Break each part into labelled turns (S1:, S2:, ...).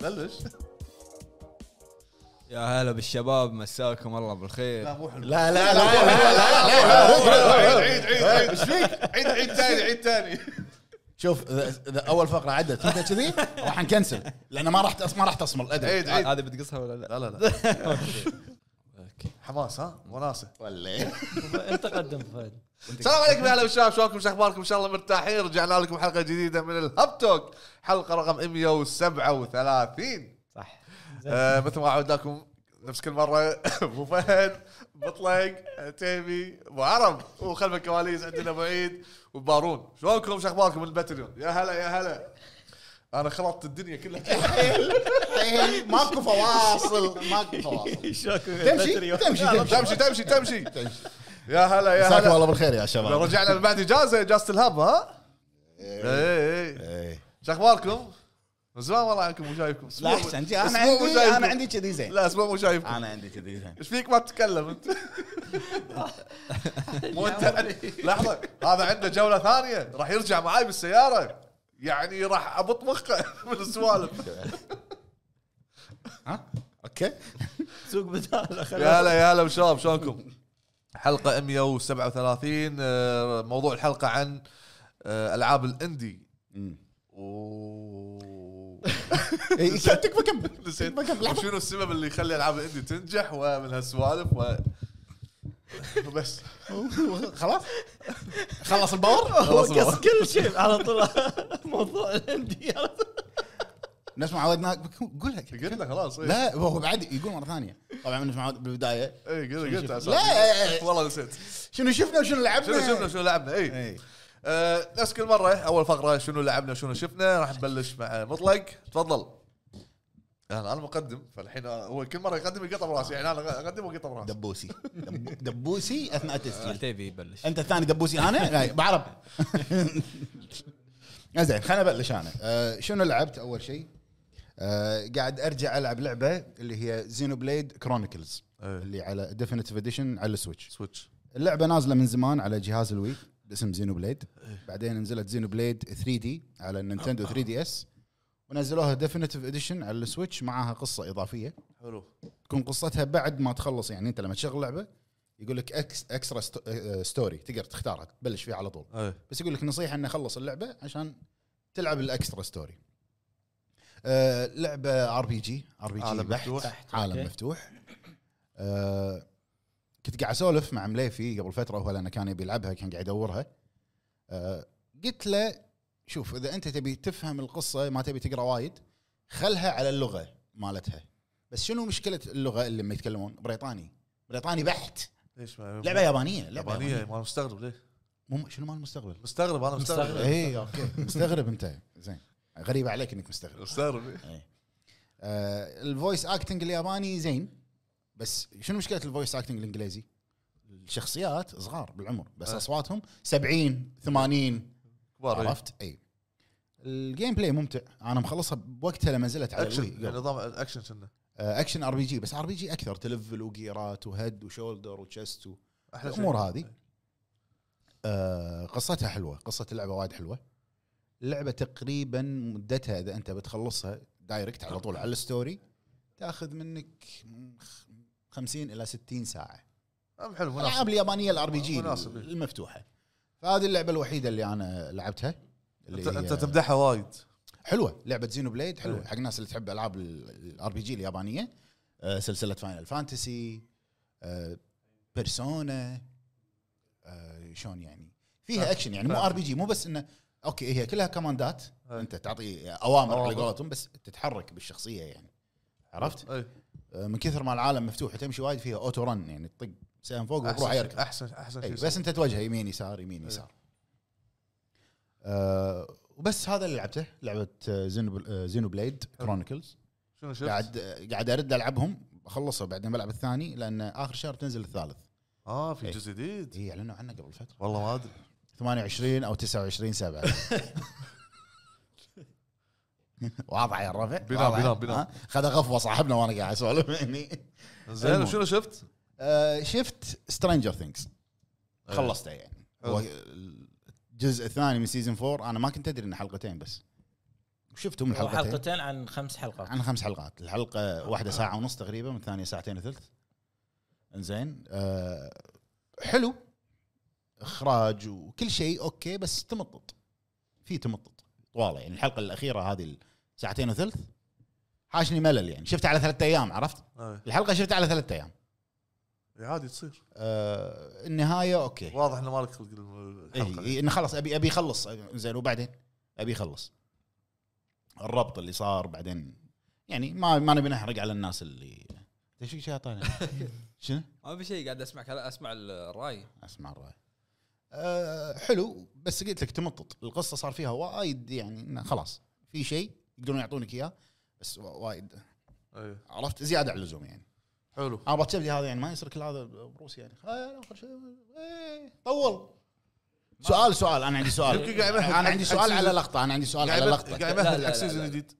S1: بلش
S2: يا هلا بالشباب مساكم الله بالخير
S1: روح
S3: لا لا لا لا
S1: عيد عيد عيد ايش فيك؟ عيد عيد ثاني عيد ثاني
S3: شوف اذا إذا اول فقره عدت انت كذي راح نكنسل لان ما راح تأس- ما راح تصمل ادري
S1: عيد عيد
S2: هذه بتقصها ولا لا؟
S1: لا لا لا حماس ها وناسه
S3: ولا
S4: انت قدم فهد
S1: السلام عليكم يا هلا بالشباب شلونكم شو اخباركم ان شاء الله مرتاحين رجعنا لكم حلقه جديده من الهب توك حلقه رقم 137
S4: صح
S1: آه، مثل ما عودناكم نفس كل مره ابو فهد مطلق عتيبي ابو عرب وخلف الكواليس عندنا ابو عيد وبارون شلونكم شو اخباركم من الباتريون يا هلا يا هلا انا خلطت الدنيا كلها
S3: ماكو فواصل ماكو فواصل تمشي تمشي
S4: تمشي
S3: تمشي
S1: تمشي تمشي تمشي يا هلا يا
S3: مساكم
S1: هلا
S3: الله بالخير يا شباب
S1: رجعنا من بعد اجازه اجازه الهب ها؟ اي اي
S3: إيه.
S1: شو اخباركم؟ من زمان والله عنكم مو شايفكم
S3: لا احسن جي، انا
S1: أسبوع مو
S3: عندي
S1: شايفكم.
S3: انا عندي كذي زين
S1: لا اسبوع مو شايفكم
S3: انا عندي كذي زين
S1: ايش فيك ما تتكلم انت؟ مو انت لحظه هذا عنده جوله ثانيه راح يرجع معاي بالسياره يعني راح ابط مخه من السوالف
S3: اوكي
S4: سوق بدال
S1: يا هلا يا هلا وشباب شلونكم؟ حلقه 137 آه، موضوع الحلقه عن آه، العاب الاندي و
S3: إيه، تكفى كمل
S1: نسيت
S3: تكفى كمل لحظة.
S1: شنو السبب اللي يخلي العاب الاندي تنجح ومن هالسوالف و بس
S3: خلاص خلص الباور
S1: خلاص
S4: قص كل شيء على طول موضوع الاندي
S3: نفس ما عودناك بك- قولها
S1: قلت لك خلاص إيه.
S3: لا هو بعد يقول مره ثانيه طبعا نفس ما عود بالبدايه
S1: اي إيه، قلت قلت على
S3: لا.
S1: أساس. والله نسيت
S3: شنو شفنا وشنو لعبنا
S1: شنو شفنا شنو لعبنا اي
S3: إيه.
S1: آه، نفس كل مره اول فقره شنو لعبنا شنو شفنا راح نبلش مع مطلق تفضل انا انا مقدم فالحين هو كل مره يقدم يقطع براسي يعني انا اقدم واقطع براسي
S3: دبوسي دب- دبوسي اثناء التسجيل
S2: عتيبي يبلش
S3: انت الثاني دبوسي انا لا بعرب زين خليني ابلش انا أه شنو لعبت اول شيء أه قاعد ارجع العب لعبه اللي هي زينو بليد كرونيكلز اللي على ديفينيتيف اديشن على السويتش
S1: سويتش
S3: اللعبه نازله من زمان على جهاز الوي باسم زينو بليد بعدين نزلت زينو بليد 3 دي على النينتندو 3 دي اس ونزلوها ديفينيتيف اديشن على السويتش معاها قصه اضافيه
S1: حلو
S3: تكون قصتها بعد ما تخلص يعني انت لما تشغل لعبه يقول لك اكس اكسترا ستوري آه، تقدر تختارها تبلش فيها على طول بس يقول لك نصيحه انه خلص اللعبه عشان تلعب الاكسترا ستوري آه لعبه ار بي جي ار بي جي
S1: عالم
S3: بحت
S1: مفتوح.
S3: مفتوح. عالم
S4: أوكي.
S3: مفتوح آه كنت قاعد اسولف مع مليفي قبل فتره هو لانه كان يبي يلعبها كان قاعد يدورها آه قلت له شوف اذا انت تبي تفهم القصه ما تبي تقرا وايد خلها على اللغه مالتها بس شنو مشكله اللغه اللي لما يتكلمون بريطاني بريطاني بحت
S1: ليش ما
S3: لعبه يابانيه لعبه
S1: يابانيه
S3: يابانيه
S1: ما أنا مستغرب ليه
S3: مو شنو مال المستقبل
S1: مستغرب انا مستغرب
S4: مستغرب.
S3: اي اوكي مستغرب انت زين غريبه عليك انك مستغرب
S1: مستغرب إيه.
S3: آه الفويس اكتنج الياباني زين بس شنو مشكله الفويس اكتنج الانجليزي؟ الشخصيات صغار بالعمر بس
S1: أه.
S3: اصواتهم 70 80
S1: كبار إيه.
S3: عرفت؟ اي الجيم بلاي ممتع انا مخلصها بوقتها لما نزلت على
S1: اكشن
S3: الوي.
S1: يعني نظام اكشن كنا
S3: آه اكشن ار بي جي بس ار بي جي اكثر تلفل وجيرات وهيد وشولدر وتشست و...
S1: احلى شيء
S3: الامور هذه آه قصتها حلوه قصه اللعبه وايد حلوه اللعبه تقريبا مدتها اذا انت بتخلصها دايركت على طول على الستوري تاخذ منك خ- 50 الى 60 ساعه
S1: أم حلو مناسب
S3: الالعاب اليابانيه الار بي جي
S1: مناسب.
S3: المفتوحه فهذه اللعبه الوحيده اللي انا لعبتها
S1: انت
S3: اللي
S1: انت
S3: هي-
S1: تمدحها وايد
S3: حلوه لعبه زينو بليد حلوه
S1: إيه.
S3: حق الناس اللي تحب العاب الار بي جي اليابانيه آه، سلسله فاينل فانتسي آه، بيرسونا شلون يعني فيها اكشن يعني مو
S1: فاهم.
S3: ار بي جي مو بس انه اوكي هي كلها كماندات
S1: إيه.
S3: انت تعطي اوامر على
S1: أوامر.
S3: قولتهم بس تتحرك بالشخصيه يعني عرفت؟
S1: إيه.
S3: آه، من كثر ما العالم مفتوح تمشي وايد فيها اوتو رن يعني تطق سهم فوق وتروح
S1: احسن
S3: يركض
S1: شيء- احسن احسن
S3: اي
S1: شيء إيه.
S3: بس انت توجهه يمين يسار يمين يسار آه وبس هذا اللي لعبته لعبه آه، زينو آه، زينو بليد كرونيكلز
S1: شنو شفت؟
S3: قاعد آه، قاعد ارد العبهم اخلصه بعدين بلعب الثاني لان اخر شهر تنزل الثالث
S1: اه في
S3: إيه.
S1: جزء جديد
S3: اي اعلنوا عنه قبل فتره
S1: والله ما ادري
S3: 28 او 29 7 واضحه يا الربع
S1: بنام-
S3: واضحة.
S1: بنام- بنام.
S3: ها؟ خذ غفوه صاحبنا وانا قاعد اسولف هني
S1: زين
S3: المهم.
S1: شنو شفت؟
S3: آه، شفت سترينجر ثينكس
S4: إيه.
S3: خلصته يعني
S1: حلو.
S3: هو الجزء الثاني من سيزون 4 انا ما كنت ادري انه حلقتين بس شفتهم
S4: هو
S3: الحلقتين
S4: حلقتين عن خمس حلقات
S3: عن خمس حلقات الحلقه واحده ساعه ونص تقريبا والثانيه ساعتين وثلث انزين أه حلو اخراج وكل شيء اوكي بس تمطط في تمطط طواله يعني الحلقه الاخيره هذه ساعتين وثلث حاشني ملل يعني شفتها على ثلاثة ايام عرفت
S1: إيه.
S3: الحلقه شفتها على ثلاثة ايام
S1: عادي تصير
S3: أه النهايه اوكي
S1: واضح انه مالك خلق الحلقه
S3: إيه انه خلاص ابي ابي اخلص زين وبعدين ابي اخلص الربط اللي صار بعدين يعني ما ما نبي نحرق على الناس اللي ايش شيء طالع شنو؟
S2: ما في شيء قاعد اسمع كلام اسمع الراي
S3: اسمع الراي أه حلو بس قلت لك تمطط القصه صار فيها وايد يعني إنه خلاص في شيء يقدرون يعطونك اياه بس وا- وايد
S1: إيه.
S3: عرفت زياده على اللزوم يعني
S1: حلو
S3: انا بتشبدي هذا يعني ما يصير كل هذا بروسي يعني آه، آخر شيء، إيه، طول سؤال سؤال انا عندي سؤال
S1: يمكن قاعد يمهد
S3: انا عندي
S1: حق- حق
S3: سؤال
S1: season.
S3: على لقطه انا عندي سؤال
S1: قاعد
S3: على
S1: يمهد-
S3: لقطه
S1: قاعد
S2: لا،
S1: يمهد
S2: لا،
S1: حق
S2: لا،
S1: سيزون
S2: لا.
S1: جديد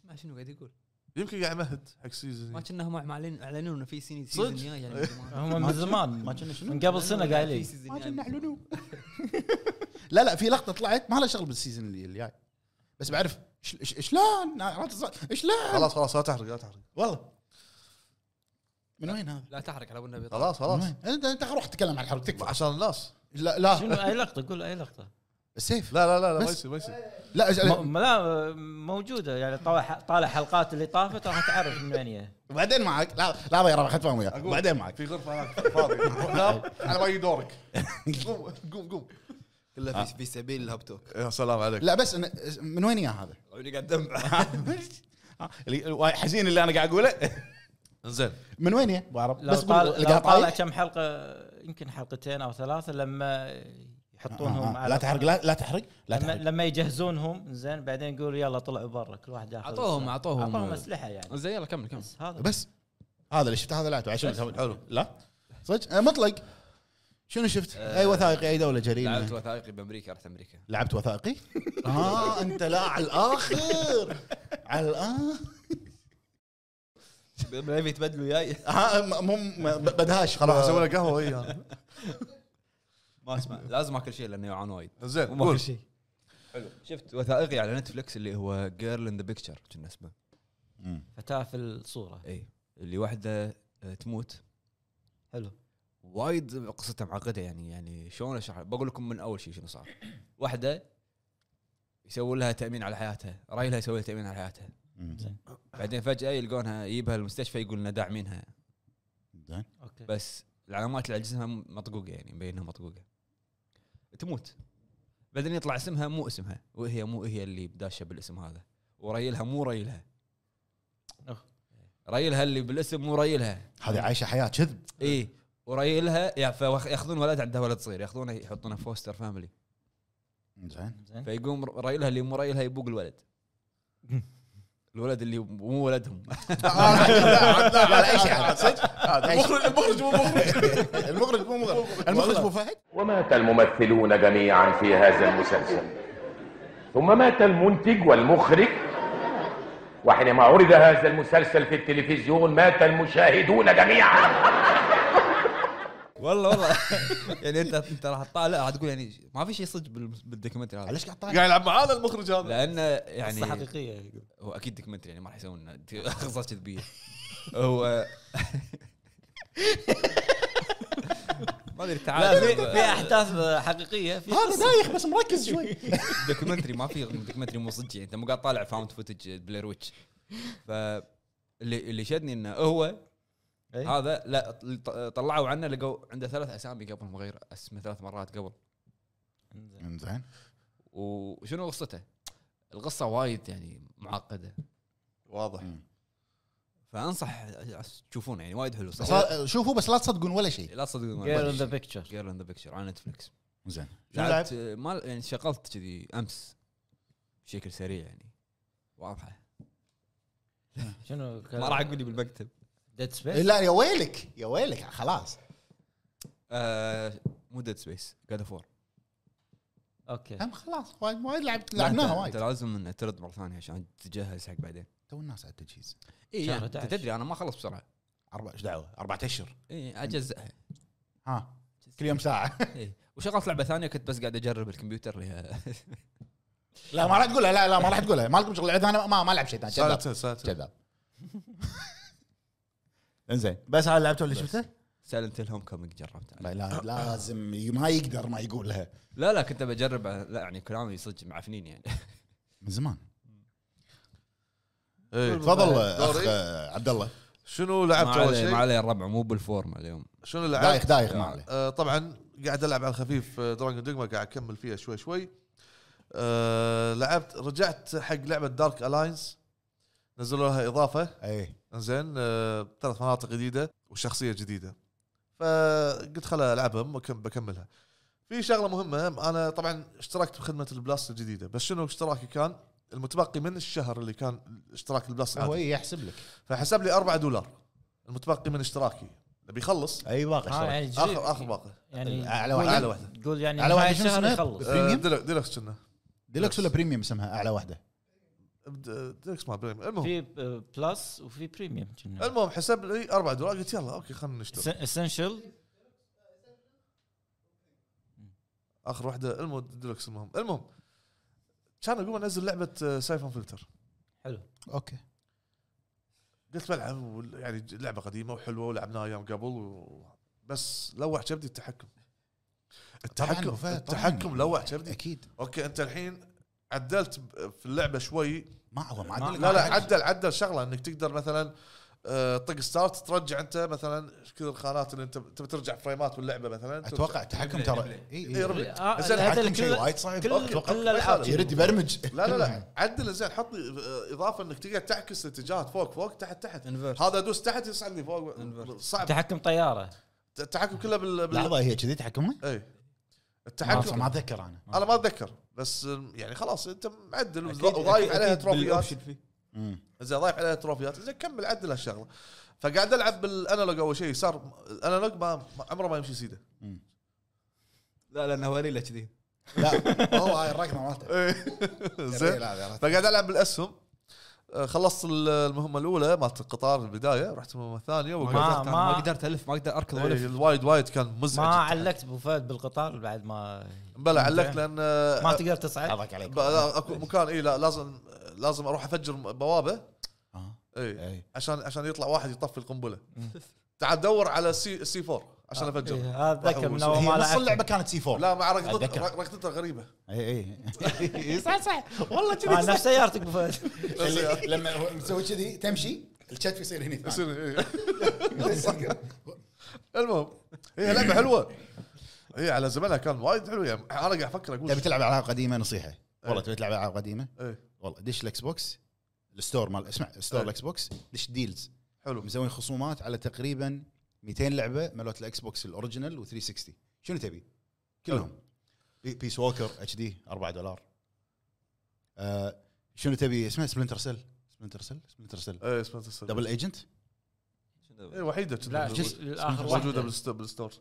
S2: اسمع شنو قاعد يقول
S1: يمكن قاعد يمهد حق سيزون
S2: ما
S1: جديد
S2: كنا هم معلنين اعلنوا انه في سيني
S1: صدق؟
S2: سيزون جاي يعني من زمان.
S4: هم من زمان
S3: ما كنا شنو؟
S4: من قبل سنه
S2: في يعني.
S4: قايلين
S2: سيزون
S3: ما
S2: جاي.
S3: كنا اعلنوا لا لا في لقطه طلعت ما لها شغل بالسيزون اللي اللي جاي بس بعرف إيش- إيش- إيش لان عرفت الص- إيش لان
S1: خلاص خلاص لا تحرق لا تحرق
S3: والله من وين هذا؟
S2: لا تحرق على ابو النبي
S1: خلاص
S3: من
S1: خلاص
S3: وين؟ انت انت روح تتكلم عن الحرب تكفى
S1: عشان الناس
S3: لا لا
S4: شنو اي لقطه قول اي لقطه
S3: السيف
S1: لا لا لا, لا ما
S3: بس.
S1: يصير ما يصير
S3: لا أجل-
S4: م- لا موجوده يعني طالع طالع حلقات اللي طافت راح تعرف من وين هي
S3: بعدين معك لا لا يا ربع خدت فاهم وياك بعدين معك
S1: في غرفه هناك فاضي نام على ما يجي دورك قوم قوم قوم
S3: آه.
S2: كلها في في سبيل الهاب توك
S1: يا سلام عليك
S3: لا بس أنا من وين يا هذا؟
S2: عيوني قاعد دمع
S3: اللي حزين اللي انا قاعد اقوله
S1: انزين
S3: من وين يا؟ بعرف
S4: لو
S3: بس
S4: طالع
S3: قول- قاعد
S4: لو طالع
S3: طالع
S4: كم حلقه يمكن حلقتين او ثلاثه لما يحطونهم
S3: آه، آه، لا تحرق لا لا تحرق لا
S4: لما,
S3: تحرق
S4: لما يجهزونهم زين بعدين يقولوا يلا طلعوا برا كل واحد ياخذ
S2: اعطوهم
S4: السلاح. اعطوهم
S2: اعطوهم
S4: اسلحه يعني
S2: زين يلا كمل كمل
S4: بس هذا
S3: بس هذا اللي شفته هذا لا عشان
S1: حلو.
S3: لا صدق آه، مطلق شنو شفت؟ اي وثائقي اي دوله
S2: لعبت
S3: جريمه
S2: وثائقي بامريكا رحت امريكا
S3: لعبت وثائقي؟ اه انت لا على الاخر على الاخر
S2: ما يتبدلوا وياي
S3: آه، م- مو م- ب- بدهاش
S1: خلاص اسوي لك إيه، قهوه اي
S2: ما اسمع لازم اكل شيء لانه يعانون وايد
S1: انزين
S2: وما
S1: قول
S2: في شيء حلو شفت وثائقي على نتفلكس اللي هو جيرل ان ذا بيكتشر كنا اسمه
S3: مم.
S4: فتاه في الصوره
S2: اي اللي واحده آه، تموت
S4: حلو
S2: وايد قصتها معقده يعني يعني شلون اشرح بقول لكم من اول شيء شنو صار واحده يسوون لها تامين على حياتها رايلها يسوي لها تامين على حياتها
S3: مم.
S2: بعدين فجاه يلقونها يجيبها المستشفى يقول انه داعمينها
S3: زين.
S4: اوكي
S2: بس العلامات اللي على جسمها مطقوقه يعني مبين انها مطقوقه تموت بعدين يطلع اسمها مو اسمها وهي مو هي اللي بداشه بالاسم هذا وريلها مو ريلها
S4: أخ.
S2: ريلها اللي بالاسم مو ريلها
S3: هذه عايشه حياه كذب
S2: اي وريلها يع- فواخ- ياخذون ولد عندها ولد صغير ياخذونه يحطونه فوستر فاميلي
S3: زين
S4: زين
S2: فيقوم ريلها اللي مو ريلها يبوق الولد الولد اللي مو ولدهم
S3: لا لا يعني؟ اي شيء عاد، صدق
S1: المخرج المخرج مو مخرج
S3: المخرج مو مغرب المخرج مو فهد
S5: ومات الممثلون جميعا في هذا المسلسل ثم مات المنتج والمخرج وحينما عرض هذا المسلسل في التلفزيون مات المشاهدون جميعا
S2: والله والله يعني انت انت راح تطالع راح تقول يعني ما في شيء صدق بالم- بالدوكيومنتري هذا
S3: ليش قاعد
S1: قاعد
S3: طالع؟
S1: يلعب معانا المخرج هذا
S2: لانه يعني
S4: قصه حقيقيه
S2: هو اكيد دوكيومنتري يعني ما راح يسوون لنا قصص كذبيه هو ما ادري
S4: لا في في
S2: تعال
S4: احداث حقيقيه في
S3: هذا
S4: قصه
S3: دايخ بس مركز شوي
S2: دوكيومنتري ما في دوكيومنتري مو صدق يعني انت مو قاعد طالع فاوند فوتج بلير ويتش ف اللي اللي شدني انه هو
S4: إي.
S2: هذا لا ط- طلعوا عنه لقوا عنده ثلاث اسامي قبل مغير اسمه ثلاث مرات قبل
S3: زين
S2: وشنو قصته؟ القصه وايد يعني معقده
S1: واضح
S2: فانصح تشوفونه يعني وايد حلو
S3: بس
S2: صح
S3: لا- شوفوا بس لا تصدقون ولا شيء
S2: لا تصدقون
S4: جيرل ذا بيكتشر
S2: جيرل ان ذا بيكتشر على نتفلكس
S3: زين شنو
S2: لعبت
S3: لعبت؟
S2: ما يعني شغلت كذي امس بشكل سريع يعني واضحه
S4: شنو
S2: ما راح اقول لي بالمكتب
S4: ديد سبيس
S3: لا يا ويلك يا ويلك خلاص
S2: آه مو ديد سبيس جاد فور
S4: اوكي
S3: هم خلاص وايد وايد لعبت لعبناها
S2: انت
S3: وايد
S2: لازم ان ترد مره ثانيه عشان تجهز حق بعدين
S3: تو الناس على التجهيز
S2: اي
S4: شهر
S2: يعني انت
S4: 11.
S2: تدري انا ما اخلص بسرعه
S3: اربع ايش دعوه اربع اشهر
S2: اي اجزئها
S3: ها كل يوم ساعه
S2: اي وشغلت لعبه ثانيه كنت بس قاعد اجرب الكمبيوتر اللي هي
S3: لا ما راح تقولها لا لا ما راح تقولها ما لكم شغل إذا انا ما ما العب شيء ثاني كذاب
S1: سالتين سالتين
S3: كذاب انزين بس هذا لعبته اللي شفته؟
S2: سالنت الهوم كومينج جربته
S3: لا
S1: آه،
S3: لا لازم ي- ما يقدر ما يقولها
S2: لا لا كنت بجرب لا يعني كلامي صدق معفنين يعني
S3: من زمان
S1: إيه.
S3: تفضل اخ
S1: دوري.
S3: آه، عبد الله
S1: شنو
S2: ما
S1: لعبت اول
S2: علي ما
S1: شيء؟
S2: علي الربع مو بالفورمه اليوم
S1: شنو لعبت؟
S3: دايخ دايخ ما عليه
S1: آه، طبعا قاعد العب على الخفيف دراجون دوجما قاعد اكمل فيها شوي شوي آه، لعبت رجعت حق لعبه دارك الاينس نزلوا لها اضافه
S3: اي
S1: إيه. زين آه، ثلاث مناطق جديده وشخصيه جديده فقلت خل العبها ممكن بكملها في شغله مهمه انا طبعا اشتركت بخدمه البلاس الجديده بس شنو اشتراكي كان المتبقي من الشهر اللي كان اشتراك البلاس
S3: هو
S1: العادي
S3: إيه يحسب لك
S1: فحسب لي 4 دولار المتبقي من اشتراكي نبي يخلص
S3: اي
S4: ها
S3: باقي
S4: يعني جديد.
S1: اخر اخر باقي
S4: يعني
S3: أعلى
S4: قول-
S3: واحدة.
S1: أعلى واحدة.
S4: قول يعني
S3: أعلى
S4: على
S3: واحدة
S4: واحد
S3: شنو اسمها؟
S4: الشهر يخلص
S1: آه،
S3: بريميوم؟
S1: ديلك- ديلكس كنا
S3: ديلكس ولا بريميوم اسمها اعلى واحده
S1: بد- ديلكس ما بريم المهم
S4: في آه، بلس وفي بريميوم كنا
S1: المهم حسب لي 4 دولار قلت يلا اوكي خلينا نشتري
S4: اسنشل
S1: اخر واحده المهم ديلكس المهم المهم كان اقوم انزل لعبه آه، سايفون فلتر
S4: حلو
S3: اوكي
S1: قلت بلعب وال- يعني ج- لعبه قديمه وحلوه ولعبناها ايام قبل و... بس لوع كبدي التحكم
S3: أبو
S1: التحكم
S3: فهد، طبعاً.
S1: التحكم لوع كبدي
S3: اكيد
S1: اوكي انت الحين عدلت ب- في اللعبه شوي
S3: ما هو ما
S4: ما-
S3: عدل
S1: لا لا عدل عدل شغله انك تقدر مثلا آه، طق ستارت ترجع انت مثلا إيش كثر الخانات اللي انت تبي ترجع فريمات باللعبه مثلا
S3: اتوقع التحكم ترى
S1: إيه،
S3: اي
S1: ربع.
S3: اي
S4: آه،
S1: زين،
S4: هذا
S3: التحكم شيء
S4: الكل-
S3: وايد صعب
S4: كل
S1: أوكي،
S4: كل
S1: ما يخالف.
S4: الالعاب
S3: يرد يبرمج
S1: لا لا لا عدل زين حط لي اضافه انك تقدر تعكس الاتجاهات فوق فوق تحت تحت
S2: Inverse.
S1: هذا ادوس تحت يصعدني فوق
S2: Inverse.
S1: صعب
S4: تحكم طياره
S1: التحكم كله بال, بال...
S3: لحظه هي كذي تحكمها؟
S1: اي
S3: ما ما
S1: إيه. التحكم
S3: اتذكر انا
S1: انا ما اتذكر بس آم، يعني خلاص انت معدل
S2: أكيد-
S1: وضايف
S2: أكيد-
S1: عليها
S2: أكيد
S1: تروفيات
S2: بالأوبشن فيه.
S3: مم.
S1: زين ضايف عليها تروفيات زين كمل عدل هالشغله فقاعد العب بالانالوج اول شيء صار الانالوج ما ما- عمره ما يمشي سيده
S2: لا لانه وليله كذي
S3: لا هو هاي الرقم مالته
S1: زين فقاعد العب بالاسهم آه، خلصت ال- المهمه الاولى مالت القطار البدايه رحت المهمه الثانيه وقعدت-
S4: ما
S2: ما, طيب، ما
S4: ما
S2: قدرت الف ما اقدر اركض
S1: إيه،
S2: والف
S1: الوايد وايد كان
S4: ما
S1: مزعج
S4: علقت ابو فهد بالقطار بعد ما
S1: بلا علقت لان آه،
S4: ما تقدر تصعد
S3: حظك عليك
S1: ب- لا، اكو مكان اي لا لازم لازم اروح افجر بوابه
S3: آه.
S1: اي
S3: إي.
S1: عشان عشان يطلع واحد يطفي القنبله تعال ددور على سي سي 4 عشان
S4: إيه،
S1: افجر
S4: هذا ذكر من اول
S3: هي
S4: ما
S3: نص اللعبه
S4: لعبت
S3: كانت سي 4
S1: لا مع رقطتها
S3: أتذكر.
S1: رقطتها غريبه
S3: آه. اي اي إيه، صح صح والله
S4: آه، نفس سيارتك ابو فهد
S3: اللي- لما هو مسوي كذي تمشي الكتف يصير هني ثاني.
S1: يصير إي. المهم هي لعبه حلوه هي على زمانها كان وايد حلو يعني انا قاعد افكر اقول
S3: تبي تلعب العاب قديمه نصيحه والله تبي تلعب العاب قديمه
S1: إيه.
S3: والله دش الاكس بوكس الستور مال اسمع ستور الاكس بوكس دش ديلز
S1: حلو
S3: مسوين خصومات على تقريبا 200 لعبه مالت الاكس بوكس الاوريجنال و360 شنو تبي؟ كلهم
S1: إيه.
S3: بي- بيس ووكر اتش دي 4 دولار آه شنو تبي اسمه سبلنتر سيل سبلنتر سيل سبلنتر سيل
S1: اي اسمها تسلم
S3: دبل ايجنت
S1: اي وحيده
S4: لا
S1: كذا
S4: جزء- الاخر
S1: موجوده
S4: واحدة.
S1: بالست- بالستور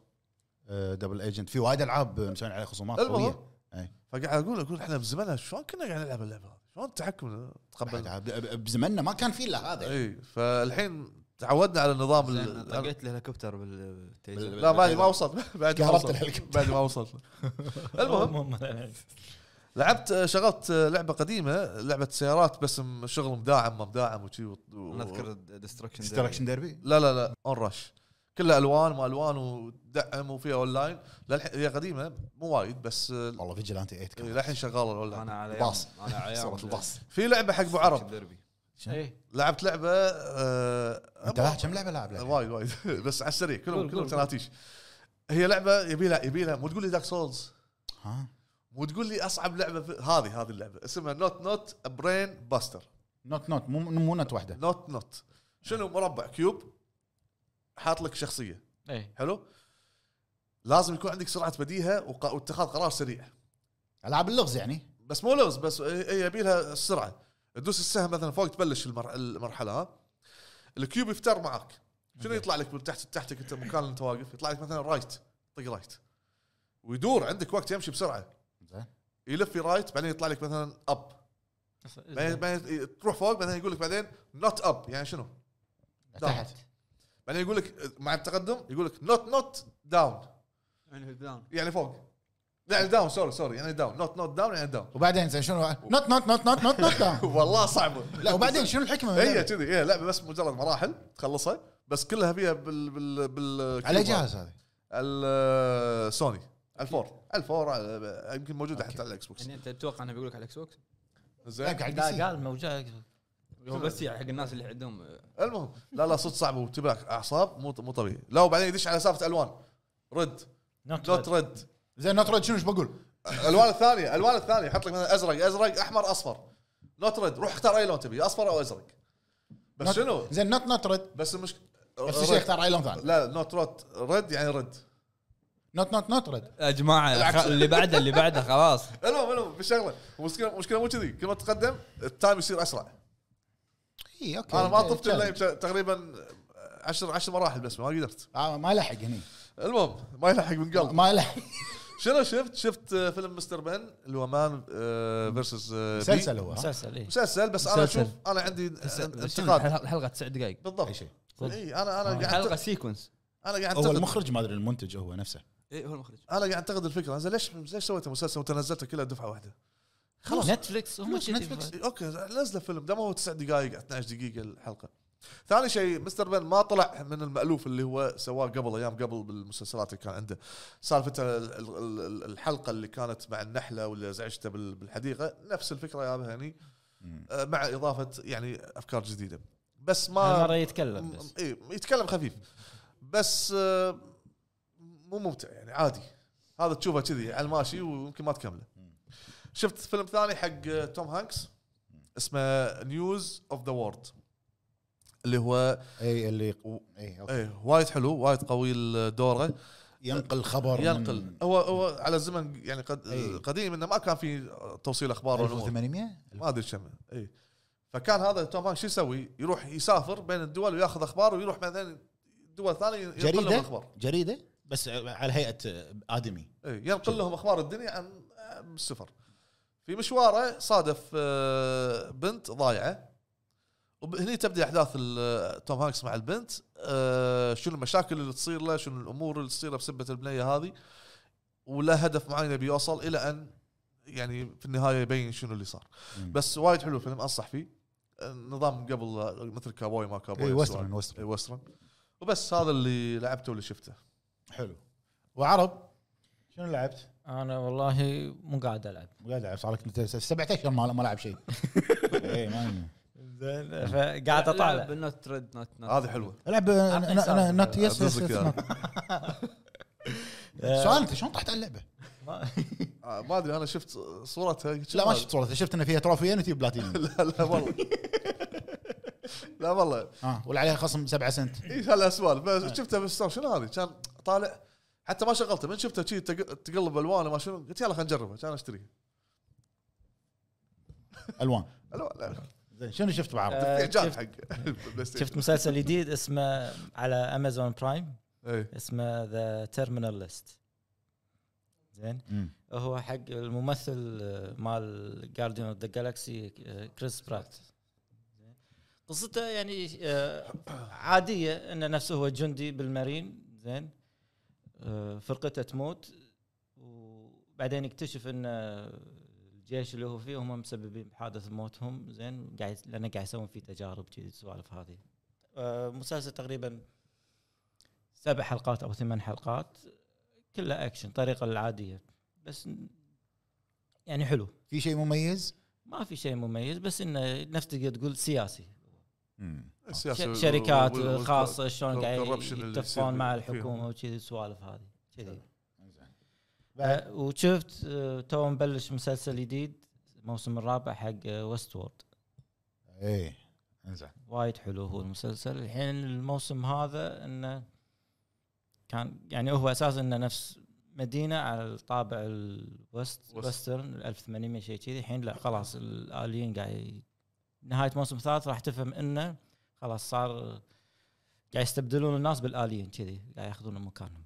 S3: آه دبل ايجنت في وايد العاب مسوين عليها خصومات
S1: المهم
S3: قويه آه، إي.
S1: فقاعد اقول اقول احنا بزمانها شلون كنا قاعد نلعب اللعبه هذه؟ شلون التحكم تقبلنا
S3: بعد- ب- ب- بزمننا ما كان في الا هذا
S1: اي فالحين تعودنا على نظام
S2: زين،
S1: ال-
S2: طقيت الهليكوبتر بالتيزر
S1: لا بعد ما وصلت بعد ما
S3: قربت
S1: وصلت
S3: الهليكوبتر.
S1: بعد ما وصلت المهم
S4: المهم
S1: لعبت آه، شغلت آه، لعبه قديمه لعبه سيارات بس م- شغل مداعم ما مداعم وشي و... و...
S2: انا اذكر ديستركشن
S3: ديستركشن ديربي
S1: لا لا لا اون رش كلها الوان ما الوان ودعم وفيها اون لاين هي قديمه مو وايد بس آه،
S3: والله فيجلانتي 8
S1: إيه،
S3: كان
S1: للحين شغاله الاون لاين
S2: انا على أيام-
S3: باص.
S2: انا على أيام
S3: صوت الباص
S1: في لعبه حق ابو عرب
S2: ديربي.
S4: ايه
S1: لعبت لعبه آه
S3: انت لا كم لعبه لاعب لعب
S1: وايد وايد بس على السريع كلهم
S4: قول،
S1: كلهم
S4: قول.
S1: تناتيش هي لعبه يبي لها يبي لها مو تقول لي دارك سولز
S3: ها
S1: وتقول لي اصعب لعبه في هذه هذه اللعبه اسمها نوت نوت برين باستر
S3: نوت نوت مو مو نوت واحده
S1: نوت نوت شنو مربع كيوب حاط لك شخصيه
S4: ايه
S1: حلو لازم يكون عندك سرعه بديهه وق- واتخاذ قرار سريع
S3: العاب اللغز يعني
S1: بس مو لغز بس هي يبي لها السرعه تدوس السهم مثلا فوق تبلش المر... المرحله ها الكيوب يفتر معاك شنو يطلع لك من تحت تحتك انت مكان اللي انت واقف يطلع لك مثلا رايت طق رايت ويدور عندك وقت يمشي بسرعه
S3: زين
S1: يلف في رايت بعدين يطلع لك مثلا اب بعدين, بعدين تروح فوق بعدين يقول لك بعدين نوت اب يعني شنو؟
S3: تحت
S1: بعدين يقول لك مع التقدم يقول لك نوت نوت داون
S2: يعني في البداية.
S1: يعني فوق لا داون سوري سوري يعني داون نوت نوت داون يعني داون
S3: وبعدين زين شنو نوت نوت نوت نوت نوت نوت داون
S1: والله صعبه
S3: لا وبعدين شنو الحكمه من
S1: هي
S3: اللعبة؟
S1: كذي هي لعبه بس مجرد مراحل تخلصها بس كلها فيها بال بال بال
S3: على جهاز هذا
S1: السوني الفور الفور على- يمكن موجوده حتى على الاكس بوكس
S2: يعني انت تتوقع انه بيقول لك على الاكس بوكس
S1: زين
S3: قاعد
S4: لا
S3: قاعد
S4: قال موجود
S2: هو بس يعني حق الناس اللي عندهم آه،
S1: المهم لا لا صدق صعبه وتبلع اعصاب مو مو طبيعي لا وبعدين يدش على سالفه الوان رد نوت
S4: نوت
S1: رد
S3: زين نوت ريد شنو ايش بقول؟
S1: الالوان الثانيه الالوان الثانيه يحط لك مثلا ازرق ازرق احمر اصفر نوت ريد روح اختار اي لون تبي اصفر او ازرق بس
S3: Not-
S1: شنو
S3: زين نوت نوت ريد
S1: بس المشكله
S3: نفس الشيء اختار اي لون ثاني
S1: لا نوت ريد ريد يعني رد
S3: نوت نوت نوت ريد
S2: يا جماعه خ- اللي بعده اللي بعده خلاص
S1: المهم المهم بالشغله المشكله المشكله مو كذي كل ما تتقدم التايم يصير اسرع
S3: اي اوكي
S1: انا ما طفت الا يمكن تقريبا 10 10 مراحل بس ما قدرت
S3: آه، ما لحق هني
S1: المهم ما يلحق من قلب
S3: ما لحق
S1: شنو شفت شفت آه، فيلم مستر بن اللي هو مان آه، فيرسز
S3: مسلسل هو ها؟
S4: مسلسل إيه. اي
S1: مسلسل بس انا
S2: مسلسل.
S1: اشوف انا عندي انتقاد
S2: الحلقه الحلقة تسع دقائق
S1: بالضبط
S3: أي شيء.
S1: اي انا انا قاعد
S2: الحلقه
S1: أنت-
S2: سيكونس
S1: انا قاعد
S3: هو
S1: أنتقد-
S3: المخرج ما ادري المنتج هو نفسه
S2: اي إيه، هو المخرج
S1: انا قاعد انتقد الفكره زين ليش ليش سويت مسلسل وانت نزلته كلها دفعه واحده؟ خلاص
S4: نتفلكس هم
S3: فلوس نتفلكس.
S4: نتفلكس
S1: اوكي نزله فيلم دام هو تسع دقائق 12 دقيقه الحلقه. ثاني شيء مستر بن ما طلع من المالوف اللي هو سواه قبل ايام قبل بالمسلسلات اللي كان عنده. سالفه ال- ال- ال- الحلقه اللي كانت مع النحله واللي زعجته بال- بالحديقه نفس الفكره يا هني
S3: مم.
S1: آه، مع اضافه يعني افكار جديده. بس ما
S4: هالمره يتكلم بس
S1: إيه يتكلم خفيف بس آه، مو ممتع يعني عادي هذا تشوفه كذي على الماشي ويمكن ما تكمله شفت فيلم ثاني حق آه، توم هانكس اسمه نيوز اوف ذا وورد اللي هو
S3: اي اللي اي أوكي.
S1: ايه وايد حلو وايد قوي دوره
S3: ينقل خبر
S1: ينقل هو هو على الزمن يعني قد
S3: إيه.
S1: قديم انه ما كان في توصيل اخبار والأمور.
S3: 1800
S1: ما ادري كم اي فكان هذا توم هانكس شو يسوي؟ يروح يسافر بين الدول وياخذ اخبار ويروح مثلا دول ثانيه ينقل لهم
S3: جريده
S1: اخبار
S3: جريده بس على هيئه ادمي
S1: إيه، ينقل لهم اخبار الدنيا عن عن السفر في مشواره صادف آه، بنت ضايعه وهني تبدا احداث ال- توم هانكس مع البنت آه، شنو المشاكل اللي تصير له شنو الامور اللي تصير له بسبه البنيه هذه وله هدف معين بيوصل الى ان يعني في النهايه يبين شنو اللي صار
S3: مم.
S1: بس وايد حلو الفيلم انصح فيه آه، نظام قبل آه، مثل كابوي ما كابوي
S3: اي
S1: سواء.
S3: وسترن وسترن
S1: إيه، وسترن وبس هذا اللي لعبته واللي شفته
S3: حلو وعرب شنو لعبت؟
S4: انا والله مو قاعد العب
S3: قاعد العب صار لك انت سبعة اشهر ما ما لعب شيء اي ما
S4: زين فقاعد اطالع
S2: نوت ريد نوت نوت
S3: آه.
S1: هذه حلوه
S3: العب
S4: أعطني سالفة.
S3: نوت يس يس
S1: أدزك إياها.
S3: سؤال انت شلون طحت على اللعبه؟
S1: آه، ما ادري انا شفت صورتها قلت
S3: لا ما
S1: شو
S3: شفت صورته شفت ان فيها تروفيين وتجيب بلاتينيوم
S1: هذا؟ لا والله لا والله
S3: اه ولا عليها خصم 7 سنت
S1: اي هالاسوال بس شفتها بالستور شنو هذه كان طالع حتى ما شغلته من شفتها شي تق- تقلب الوانه ما شنو قلت يلا خلينا نجربها كان اشتريها
S3: الوان
S1: الوان لا،
S3: زين شنو شفت بعرب؟
S4: آه،
S1: في اعجاب
S4: شفت-
S1: حق البلاي ستيشن.
S4: شفت مسلسل جديد اسمه على امازون برايم
S1: إيه.
S4: اسمه ذا تيرمينال ليست زين هو حق الممثل آه، مال جارديان اوف ذا جالكسي كريس برات آه، زين. قصته يعني آه، عاديه انه نفسه هو جندي بالمارين زين آه، فرقته تموت وبعدين يكتشف ان آه، الجيش اللي هو فيه هم مسببين بحادث موتهم زين قاعد لانه قاعد يسوون فيه تجارب كذي السوالف هذه آه، مسلسل تقريبا سبع حلقات او ثمان حلقات كلها اكشن طريقه العاديه بس ن- يعني حلو
S3: في شيء مميز؟
S4: ما في شيء مميز بس انه نفس تقدر تقول سياسي
S1: السياسة
S4: ش- شركات
S1: وال- وال-
S4: خاصه شلون قاعد
S1: corruption اللي يصير
S4: يتفقون مع
S1: فيهم.
S4: الحكومه وكذي السوالف هذه كذي
S3: بعد؟
S4: آه، وشفت آه، تو مبلش مسلسل جديد الموسم الرابع حق آه، ويست وورد
S3: ايه انزين
S4: وايد حلو هو المسلسل الحين الموسم هذا انه كان يعني هو اساسا انه نفس مدينه على الطابع الوست
S1: وست.
S4: وسترن 1800 شيء كذي الحين لا خلاص الاليين قاعد ي- نهايه موسم ثالث راح تفهم انه خلاص صار قاعد يستبدلون الناس بالاليين كذي قاعد ياخذون مكانهم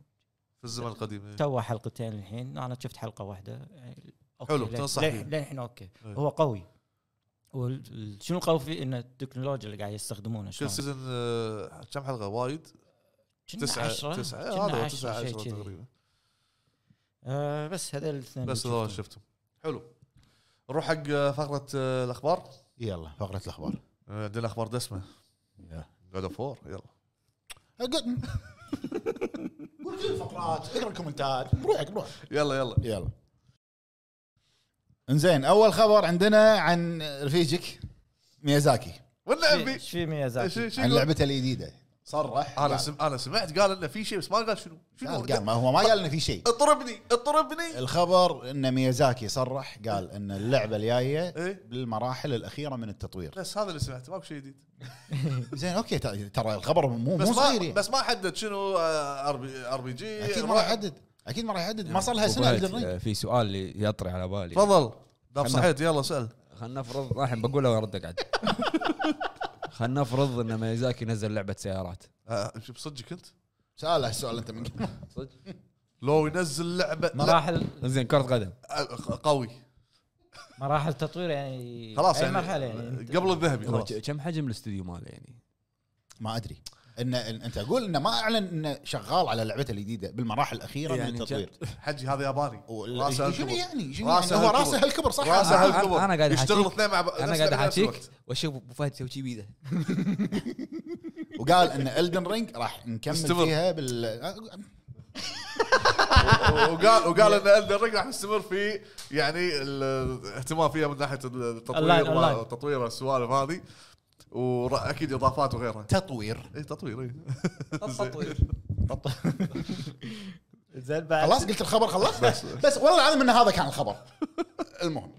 S1: في الزمن القديم إيه.
S4: تو حلقتين الحين انا شفت حلقه واحده يعني أوكي،
S1: حلو،
S4: لين-
S1: تنصح
S4: لين-
S1: فيه.
S4: للحين اوكي
S1: إيه.
S4: هو قوي وال- ال- شنو القوي فيه انه التكنولوجيا اللي قاعد يستخدمونها
S1: كل
S4: شلون
S1: سيزون آه، كم حلقه وايد
S4: كنا
S1: تسعه
S4: عشرة
S1: تسعه
S4: كنا
S1: إيه، هذا هو
S4: عشرة
S1: تسعه
S4: شيء
S1: عشرة
S4: كذي.
S1: تقريبا
S4: آه بس هذول الاثنين
S1: بس
S4: اللي
S1: هذول شفتهم حلو نروح حق فقره آه، الاخبار
S3: يلا فقره الاخبار
S1: آه، عندنا اخبار دسمه جود اوف وور يلا
S3: قول قول الفقرات اقرا الكومنتات بروحك بروح
S1: يلا يلا
S3: يلا انزين اول خبر عندنا عن رفيجك ميازاكي
S1: والنعم بي
S4: ايش في ميازاكي
S1: شو- شو
S3: عن
S1: يقول؟
S3: لعبته الجديده صرح
S1: انا
S3: قال-
S1: سم... انا سمعت قال انه في شيء بس ما قال شنو شنو
S3: قال ما هو ما قال انه في شيء
S1: اطربني اطربني
S3: الخبر ان ميازاكي صرح قال ان اللعبه الجايه
S1: ايه
S3: بالمراحل الاخيره من التطوير
S1: بس هذا اللي سمعته ماكو شيء جديد
S3: زين اوكي ت- ترى الخبر مو
S1: بس
S3: مو صغير
S1: ما
S3: يعني.
S1: بس ما حدد شنو آه، ار بي ار بي جي
S3: اكيد ما راح يحدد اكيد ما راح يحدد ما صار لها سنه
S2: وبعد،
S3: Elden Ring.
S2: آه، في سؤال اللي يطري على بالي
S1: تفضل داب
S2: خلنا-
S1: صحيت يلا سال
S2: خلنا نفرض راح بقوله واردك عاد خلنا نفرض ان ميزاكي نزل لعبه سيارات
S1: آه، شوف صدقك انت
S3: ساله السؤال انت من قبل
S1: لو ينزل لعبه لا
S4: مراحل
S2: زين كره قدم
S1: آه، قوي
S4: مراحل تطوير يعني
S1: خلاص
S4: أي
S1: يعني
S4: مرحله يعني
S1: قبل الذهبي
S2: هو
S1: خلاص
S2: ك- كم حجم الاستوديو ماله يعني؟
S3: ما ادري ان إن- انت اقول انه ما اعلن انه شغال على لعبته الجديده بالمراحل الاخيره
S2: يعني
S3: من التطوير
S1: حجي هذا ياباني
S3: وال-
S1: راسه
S3: شنو
S1: هالكبر.
S3: يعني شنو
S1: راسه
S3: يعني هو
S1: هالكبر.
S3: راسه هالكبر صح
S1: راسه
S2: أنا-
S1: هالكبر
S2: أنا- أنا قاعد
S1: يشتغل
S2: أحكيك.
S1: اثنين مع بعض
S2: انا
S1: نفس
S2: قاعد
S1: الوقت.
S2: احاكيك واشوف ابو فهد يسوي شي بيده
S3: وقال ان الدن رينج راح نكمل
S1: استمر.
S3: فيها بال
S1: وقال وقال ان الدن رينج راح نستمر في يعني الاهتمام فيها من ناحيه التطوير
S4: Online- online.
S1: والتطوير والسوالف هذه واكيد اضافات وغيرها
S3: تطوير
S1: اي تطوير إيه. اي
S4: زين بعد
S3: خلاص قلت الخبر خلاص بس بس والله العظيم ان هذا كان الخبر المهم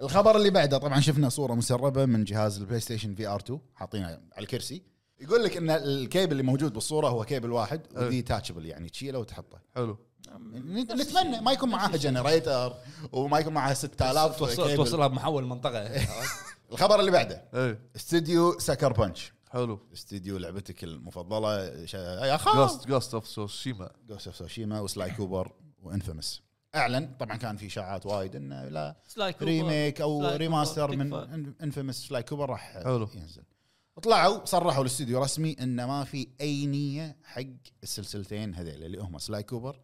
S3: الخبر اللي بعده طبعا شفنا صوره مسربه من جهاز البلاي ستيشن في ار 2 حاطينها على الكرسي يقول لك ان الكيبل اللي موجود بالصوره هو كيبل واحد وديتاتشبل يعني تشيله وتحطه
S1: حلو
S3: نت- نتمنى ما يكون معاها جنريتر وما يكون معاها 6000
S2: توصل
S3: كيبل.
S2: توصلها بمحول منطقه
S3: الخبر اللي بعده
S1: اي
S3: استديو سكر بانش
S1: إيه، حلو
S3: استديو لعبتك المفضله شا...
S4: آه.
S3: يا خاص
S1: جوست جوست اوف سوشيما
S3: جوست اوف سوشيما وسلاي كوبر وانفيمس اعلن طبعا كان في اشاعات وايد انه لا
S4: سلاي كوبر.
S3: ريميك او
S4: سلاي كوبر،
S3: ريماستر
S4: بيك
S3: من
S4: فار.
S3: انفيمس سلاي كوبر راح
S1: حلو.
S3: ينزل طلعوا صرحوا الاستوديو رسمي انه ما في اي نيه حق السلسلتين هذيل اللي هم سلاي كوبر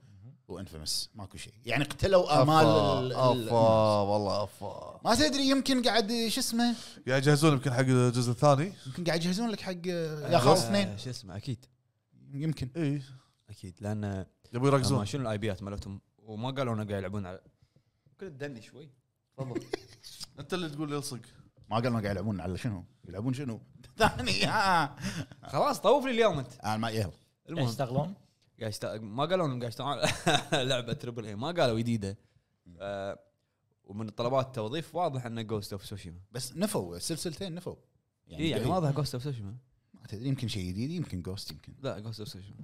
S3: وانفيمس ماكو شيء يعني اقتلوا امال ال- ال-
S1: افا والله افا
S3: ما تدري يمكن قاعد شو اسمه
S1: قاعد يجهزون يمكن حق الجزء الثاني
S3: يمكن قاعد يجهزون لك حق
S2: آه،
S3: يا خالص اثنين
S2: شو اسمه اكيد
S3: يمكن
S1: اي
S2: اكيد لان
S1: يبون
S2: هم
S1: إيه. يركزون
S2: شنو الاي بيات مالتهم وما قالوا انه قاعد يلعبون على كل تدني شوي
S1: تفضل انت اللي تقول لي الصق
S3: ما قالوا قاعد يلعبون على شنو يلعبون شنو ثاني ها
S2: خلاص طوف لي اليوم انت
S3: انا ما يهل
S2: المهم
S4: يشتغلون
S2: قاعد يشت... ما قالوا انهم قاعد يشتغلون على لعبه تربل اي ما قالوا جديده آه ومن طلبات التوظيف واضح انه جوست اوف سوشيما
S3: بس نفوا السلسلتين نفوا
S2: يعني, يعني
S3: بعيد.
S2: واضح جوست اوف سوشيما
S3: ما تدري يمكن شيء جديد يمكن جوست يمكن
S2: لا جوست اوف سوشيما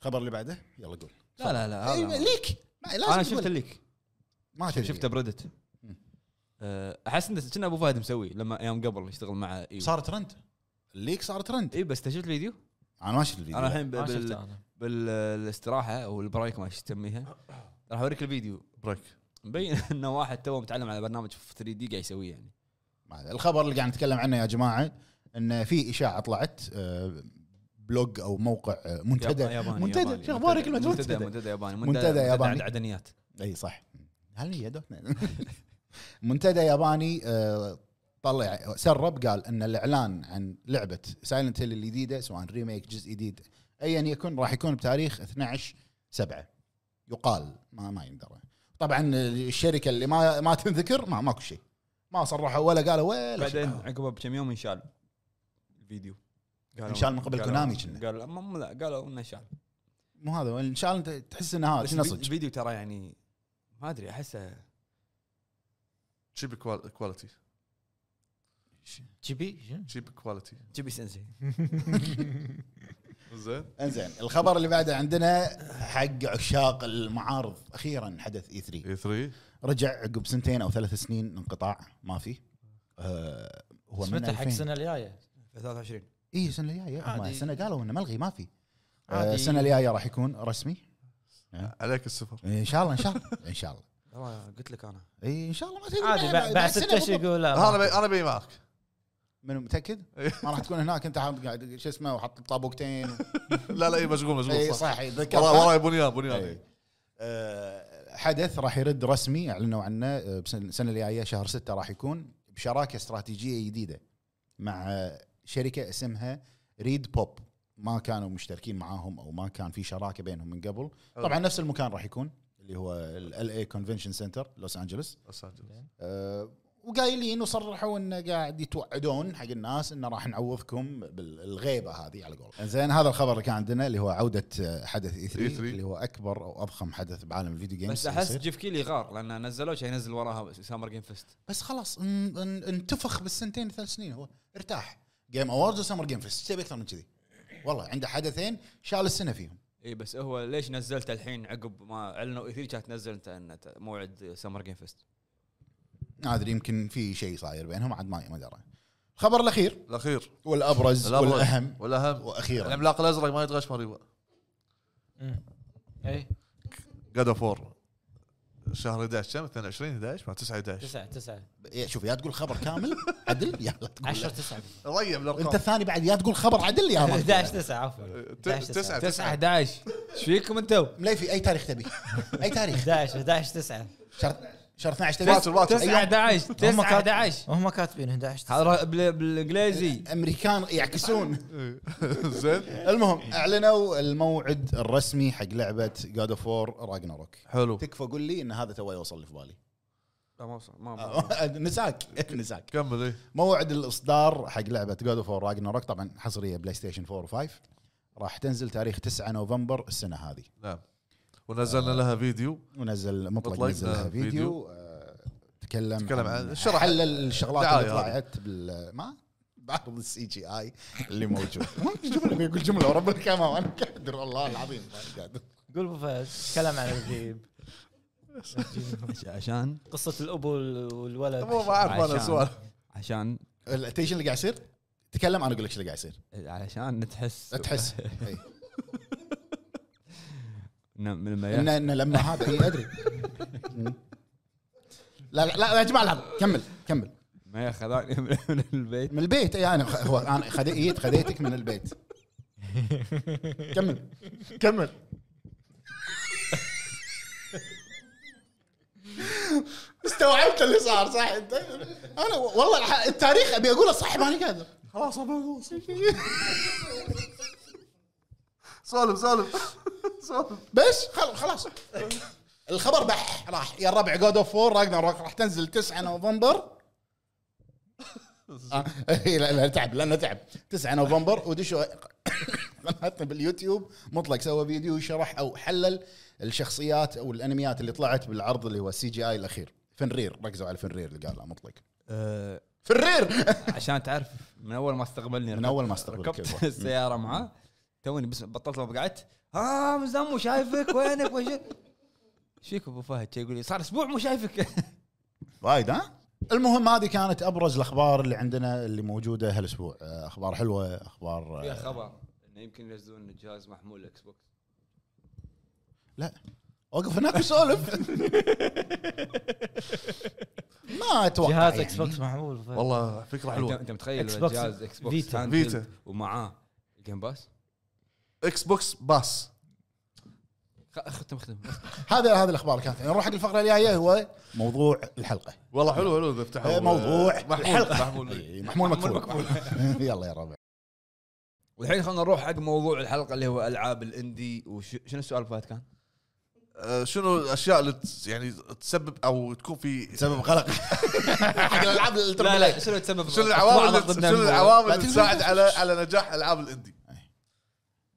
S3: الخبر اللي بعده يلا قول
S2: لا لا لا
S3: أي،
S2: هذا-
S3: ليك ما لازم
S2: انا
S3: إيه، تقول.
S2: شفت الليك
S3: ما تدري
S2: شفته بريدت
S3: مم.
S2: أه، احس انه كنا ابو فهد مسوي لما ايام قبل يشتغل مع إيوه. ايو
S3: صار ترند الليك صار ترند
S2: اي إيه، بس انت شفت الفيديو؟
S3: انا ما شفت الفيديو
S2: انا الحين
S4: ما شفته
S2: بال...
S4: انا
S2: بالاستراحه او البريك ما شو تسميها
S3: آه.
S2: راح اوريك الفيديو
S1: بريك
S2: مبين انه واحد توه متعلم على برنامج في 3 دي قاعد يسويه يعني
S3: ما أدري. الخبر اللي قاعد نتكلم عنه يا جماعه ان في اشاعه طلعت آه، بلوج او موقع آه، منتدى
S2: ياباني- ياباني-
S3: منتدى
S2: ياباني.
S3: شو اخبارك كلمه
S2: منتدى
S3: منتدى
S2: منتدى ياباني
S3: منتدى ياباني.
S2: عند عدنيات
S3: اي صح هل هي دوت نت؟ منتدى ياباني آه، طلع سرب قال ان الاعلان عن لعبه سايلنت هيل الجديده سواء ريميك جزء جديد ايا يكن راح يكون بتاريخ 12 7 يقال ما ما يندرى طبعا الشركه اللي ما ما تنذكر ما ماكو شيء ما صرحوا ولا قالوا ولا
S2: بعدين
S3: شيء
S2: عقبه بكم يوم انشال الفيديو
S3: انشال من قبل
S2: قالوا-
S3: كونامي كنا.
S2: قالوا ما لا قالوا انه انشال
S3: مو هذا ان شاء الله أنت تحس ان هذا
S2: بس
S3: آه، شنو
S2: الفي-
S3: صدق
S2: الفيديو ترى يعني ما ادري احسه
S1: شيب كواليتي
S4: جيبي شنو؟
S1: شيب كواليتي
S2: جيبي سنسي
S1: زين
S3: انزين الخبر اللي بعده عندنا حق عشاق المعارض اخيرا حدث E اي 3
S1: اي 3
S3: رجع عقب سنتين او ثلاث سنين انقطاع ما في آه هو من
S4: سمعته حق
S3: 2000
S4: السنه الجايه
S2: 23
S3: اي السنه الجايه هم
S4: عادي.
S3: السنه قالوا انه ملغي ما في آه،
S4: عادي.
S3: السنه الجايه راح يكون رسمي
S1: عليك السفر
S3: ان شاء الله ان شاء الله ان شاء الله
S2: والله قلت لك انا
S3: اي ان شاء الله ما تدري
S4: عادي بعد- بعد
S3: سنة
S4: ستة شهور
S3: بالضبط.
S4: يقول لا
S1: انا بي انا بي معك
S3: من متاكد؟
S1: إي.
S3: ما راح تكون هناك انت حاط قاعد شو اسمه وحاط طابوقتين
S1: لا لا اي مشغول
S3: اي
S1: مشغول صح
S3: صح يتذكر إيه.
S1: ورا وراي بنيان بنيان
S3: إي. آه، حدث راح يرد رسمي اعلنوا عنه آه، بسن- السنه الجايه شهر ستة راح يكون بشراكه استراتيجيه جديده مع آه، شركه اسمها ريد بوب ما كانوا مشتركين معاهم او ما كان في شراكه بينهم من قبل
S1: حلو.
S3: طبعا نفس المكان راح يكون اللي هو ال اي كونفنشن سنتر لوس انجلوس
S1: لوس أنجلوس.
S3: أه، وقايلين وصرحوا انه قاعد يتوعدون حق الناس انه راح نعوضكم بالغيبه هذه على قول زين هذا الخبر اللي كان عندنا اللي هو عوده أه، حدث اي 3
S1: E3.
S3: اللي هو اكبر او اضخم حدث بعالم الفيديو جيمز
S2: بس احس
S3: يصير.
S2: جيف كيلي غار لان نزلوه كان ينزل وراها سامر جيم فيست
S3: بس خلاص ان- ان- انتفخ بالسنتين ثلاث سنين هو ارتاح جيم اووردز وسمر جيم فيست ايش تبي اكثر من كذي والله عنده حدثين شال السنه فيهم
S2: اي إيه، بس هو ليش نزلته الحين عقب ما اعلنوا اي 3 كانت تنزل انت ان موعد سامر جيم فيست
S3: ما ادري يمكن في شيء صاير بينهم عاد ما ما درى الخبر الاخير
S1: الاخير
S3: والابرز
S1: الأبرز
S3: والاهم
S1: والاهم
S3: واخيرا
S1: العملاق الازرق ما يتغش مريبا
S4: اي
S1: جاد اوف وور شهر 11 كم 22 11 مع 9 11
S4: 9 9
S3: إيه، شوف يا تقول خبر كامل عدل يا لا تقول
S4: 10 9
S1: ريم
S3: انت
S1: الارقام
S3: الثاني بعد يا تقول خبر عدل يا ما
S4: 11
S3: تقول.
S4: 9 عفوا
S1: ت- تسعة،
S2: 9 11 ايش فيكم انتم؟
S3: مليفي اي تاريخ تبي؟ اي تاريخ؟
S4: 11 11 9
S3: شهر شهر 12
S1: باكر
S3: تبي؟
S1: باكر
S2: 9 11 9 11
S4: وهم كاتبين 11 9
S2: هذا بال- بالانجليزي
S3: امريكان يعكسون
S1: زين
S3: المهم اعلنوا الموعد الرسمي حق لعبه جاد اوف وور راجناروك
S1: حلو
S3: تكفى قول لي ان هذا تو يوصل لي في بالي
S2: لا ما وصل ما- ما
S3: نساك نساك
S1: كمل إيه. اي
S3: موعد الاصدار حق لعبه جاد اوف وور راجناروك طبعا حصريه بلاي ستيشن 4 و5 راح تنزل تاريخ 9 نوفمبر السنه هذه
S1: نعم ونزلنا لها فيديو
S3: ونزل مطلق
S1: مطلق،
S3: نزل لها
S1: آه،
S3: فيديو,
S1: فيديو.
S3: آه، تكلم
S1: تكلم عن- شرح
S3: حلل الشغلات
S1: دعاية
S3: اللي
S1: هذه.
S3: طلعت بال ما بعض السي جي اي اللي موجود ممكن جمله بيقول جمله ورب الكاميرا وانا قادر والله العظيم ما قادر
S4: قول ابو فهد تكلم عن الجيب
S2: عشان
S4: قصه الاب وال-
S3: طيب،
S1: مو ما
S4: والولد
S1: اعرف انا
S2: عشان-
S1: سؤال
S2: عشان
S3: التيشن اللي قاعد يصير تكلم انا اقول لك ايش اللي قاعد يصير
S2: علشان نتحس
S3: تحس إيه. إي.
S2: إن- لما
S3: ان
S2: يا-
S3: ان لما هذا اي ادري لا لا لا يا جماعه لحظه كمل كمل
S2: ما ياخذوني من من البيت
S3: من البيت اي انا هو انا خديت إيه، خديتك من البيت كمل كمل استوعبت اللي صار صح انت انا والله الح- التاريخ ابي اقوله صح ماني قادر
S1: خلاص أبا أغوص. سولف سولف سولف
S3: بس خل- خلاص الخبر بح راح يا الربع جود اوف وور راح تنزل 9 نوفمبر آه، إي، لا لا تعب لانه تعب 9 نوفمبر ودشوا قناتنا باليوتيوب مطلق سوى فيديو شرح او حلل الشخصيات او الانميات اللي طلعت بالعرض اللي هو السي جي اي الاخير فنرير ركزوا على فنرير اللي قاله مطلق
S2: آه،
S3: فنرير
S2: عشان تعرف من اول ما استقبلني
S3: من اول ما استقبل
S2: ركبت
S3: الكيبورد.
S2: السياره معاه توني بس بطلت ما قعدت ها من زمان مو شايفك وينك وش ايش فيك ابو فهد شي يقول لي صار اسبوع مو شايفك
S3: وايد ها المهم هذه كانت ابرز الاخبار اللي عندنا اللي موجوده هالاسبوع آه، اخبار حلوه اخبار
S2: يا
S3: آه،
S2: خبر انه يمكن ينزلون جهاز محمول اكس بوكس
S3: لا وقف هناك وسولف ما اتوقع
S4: جهاز
S3: يعني.
S4: اكس بوكس محمول أبو فهد.
S1: والله فكره
S2: انت
S1: حلوه
S2: انت طيب، متخيل
S4: Xbox
S2: جهاز اكس بوكس
S4: Vita.
S2: stand
S1: Vita.
S2: built ومعاه الجيم باس
S1: اكس بوكس باس
S2: خ- ختم ختم
S3: هذا هذه الاخبار كانت يعني نروح حق الفقره الجايه هو موضوع الحلقه
S1: والله حلو حلو اذا فتحوا
S3: إيه، موضوع
S1: محمول
S3: الحلقه
S1: محمول
S3: إي، محمول
S2: محمول
S3: مكفول يلا يا ربع
S2: والحين خلينا نروح حق موضوع الحلقه اللي هو العاب الاندي وشنو السؤال أبو فهد كان؟
S1: آه، شنو الاشياء اللي تس- يعني تسبب او تكون في
S3: سبب قلق حق الالعاب
S2: لا لا شنو تسبب
S1: شنو العوامل
S2: أطلع
S1: اللي-
S2: ضمن
S1: شنو
S2: الموضوع.
S1: العوامل
S3: لا
S1: اللي
S3: تنزل
S1: تساعد على على نجاح العاب الاندي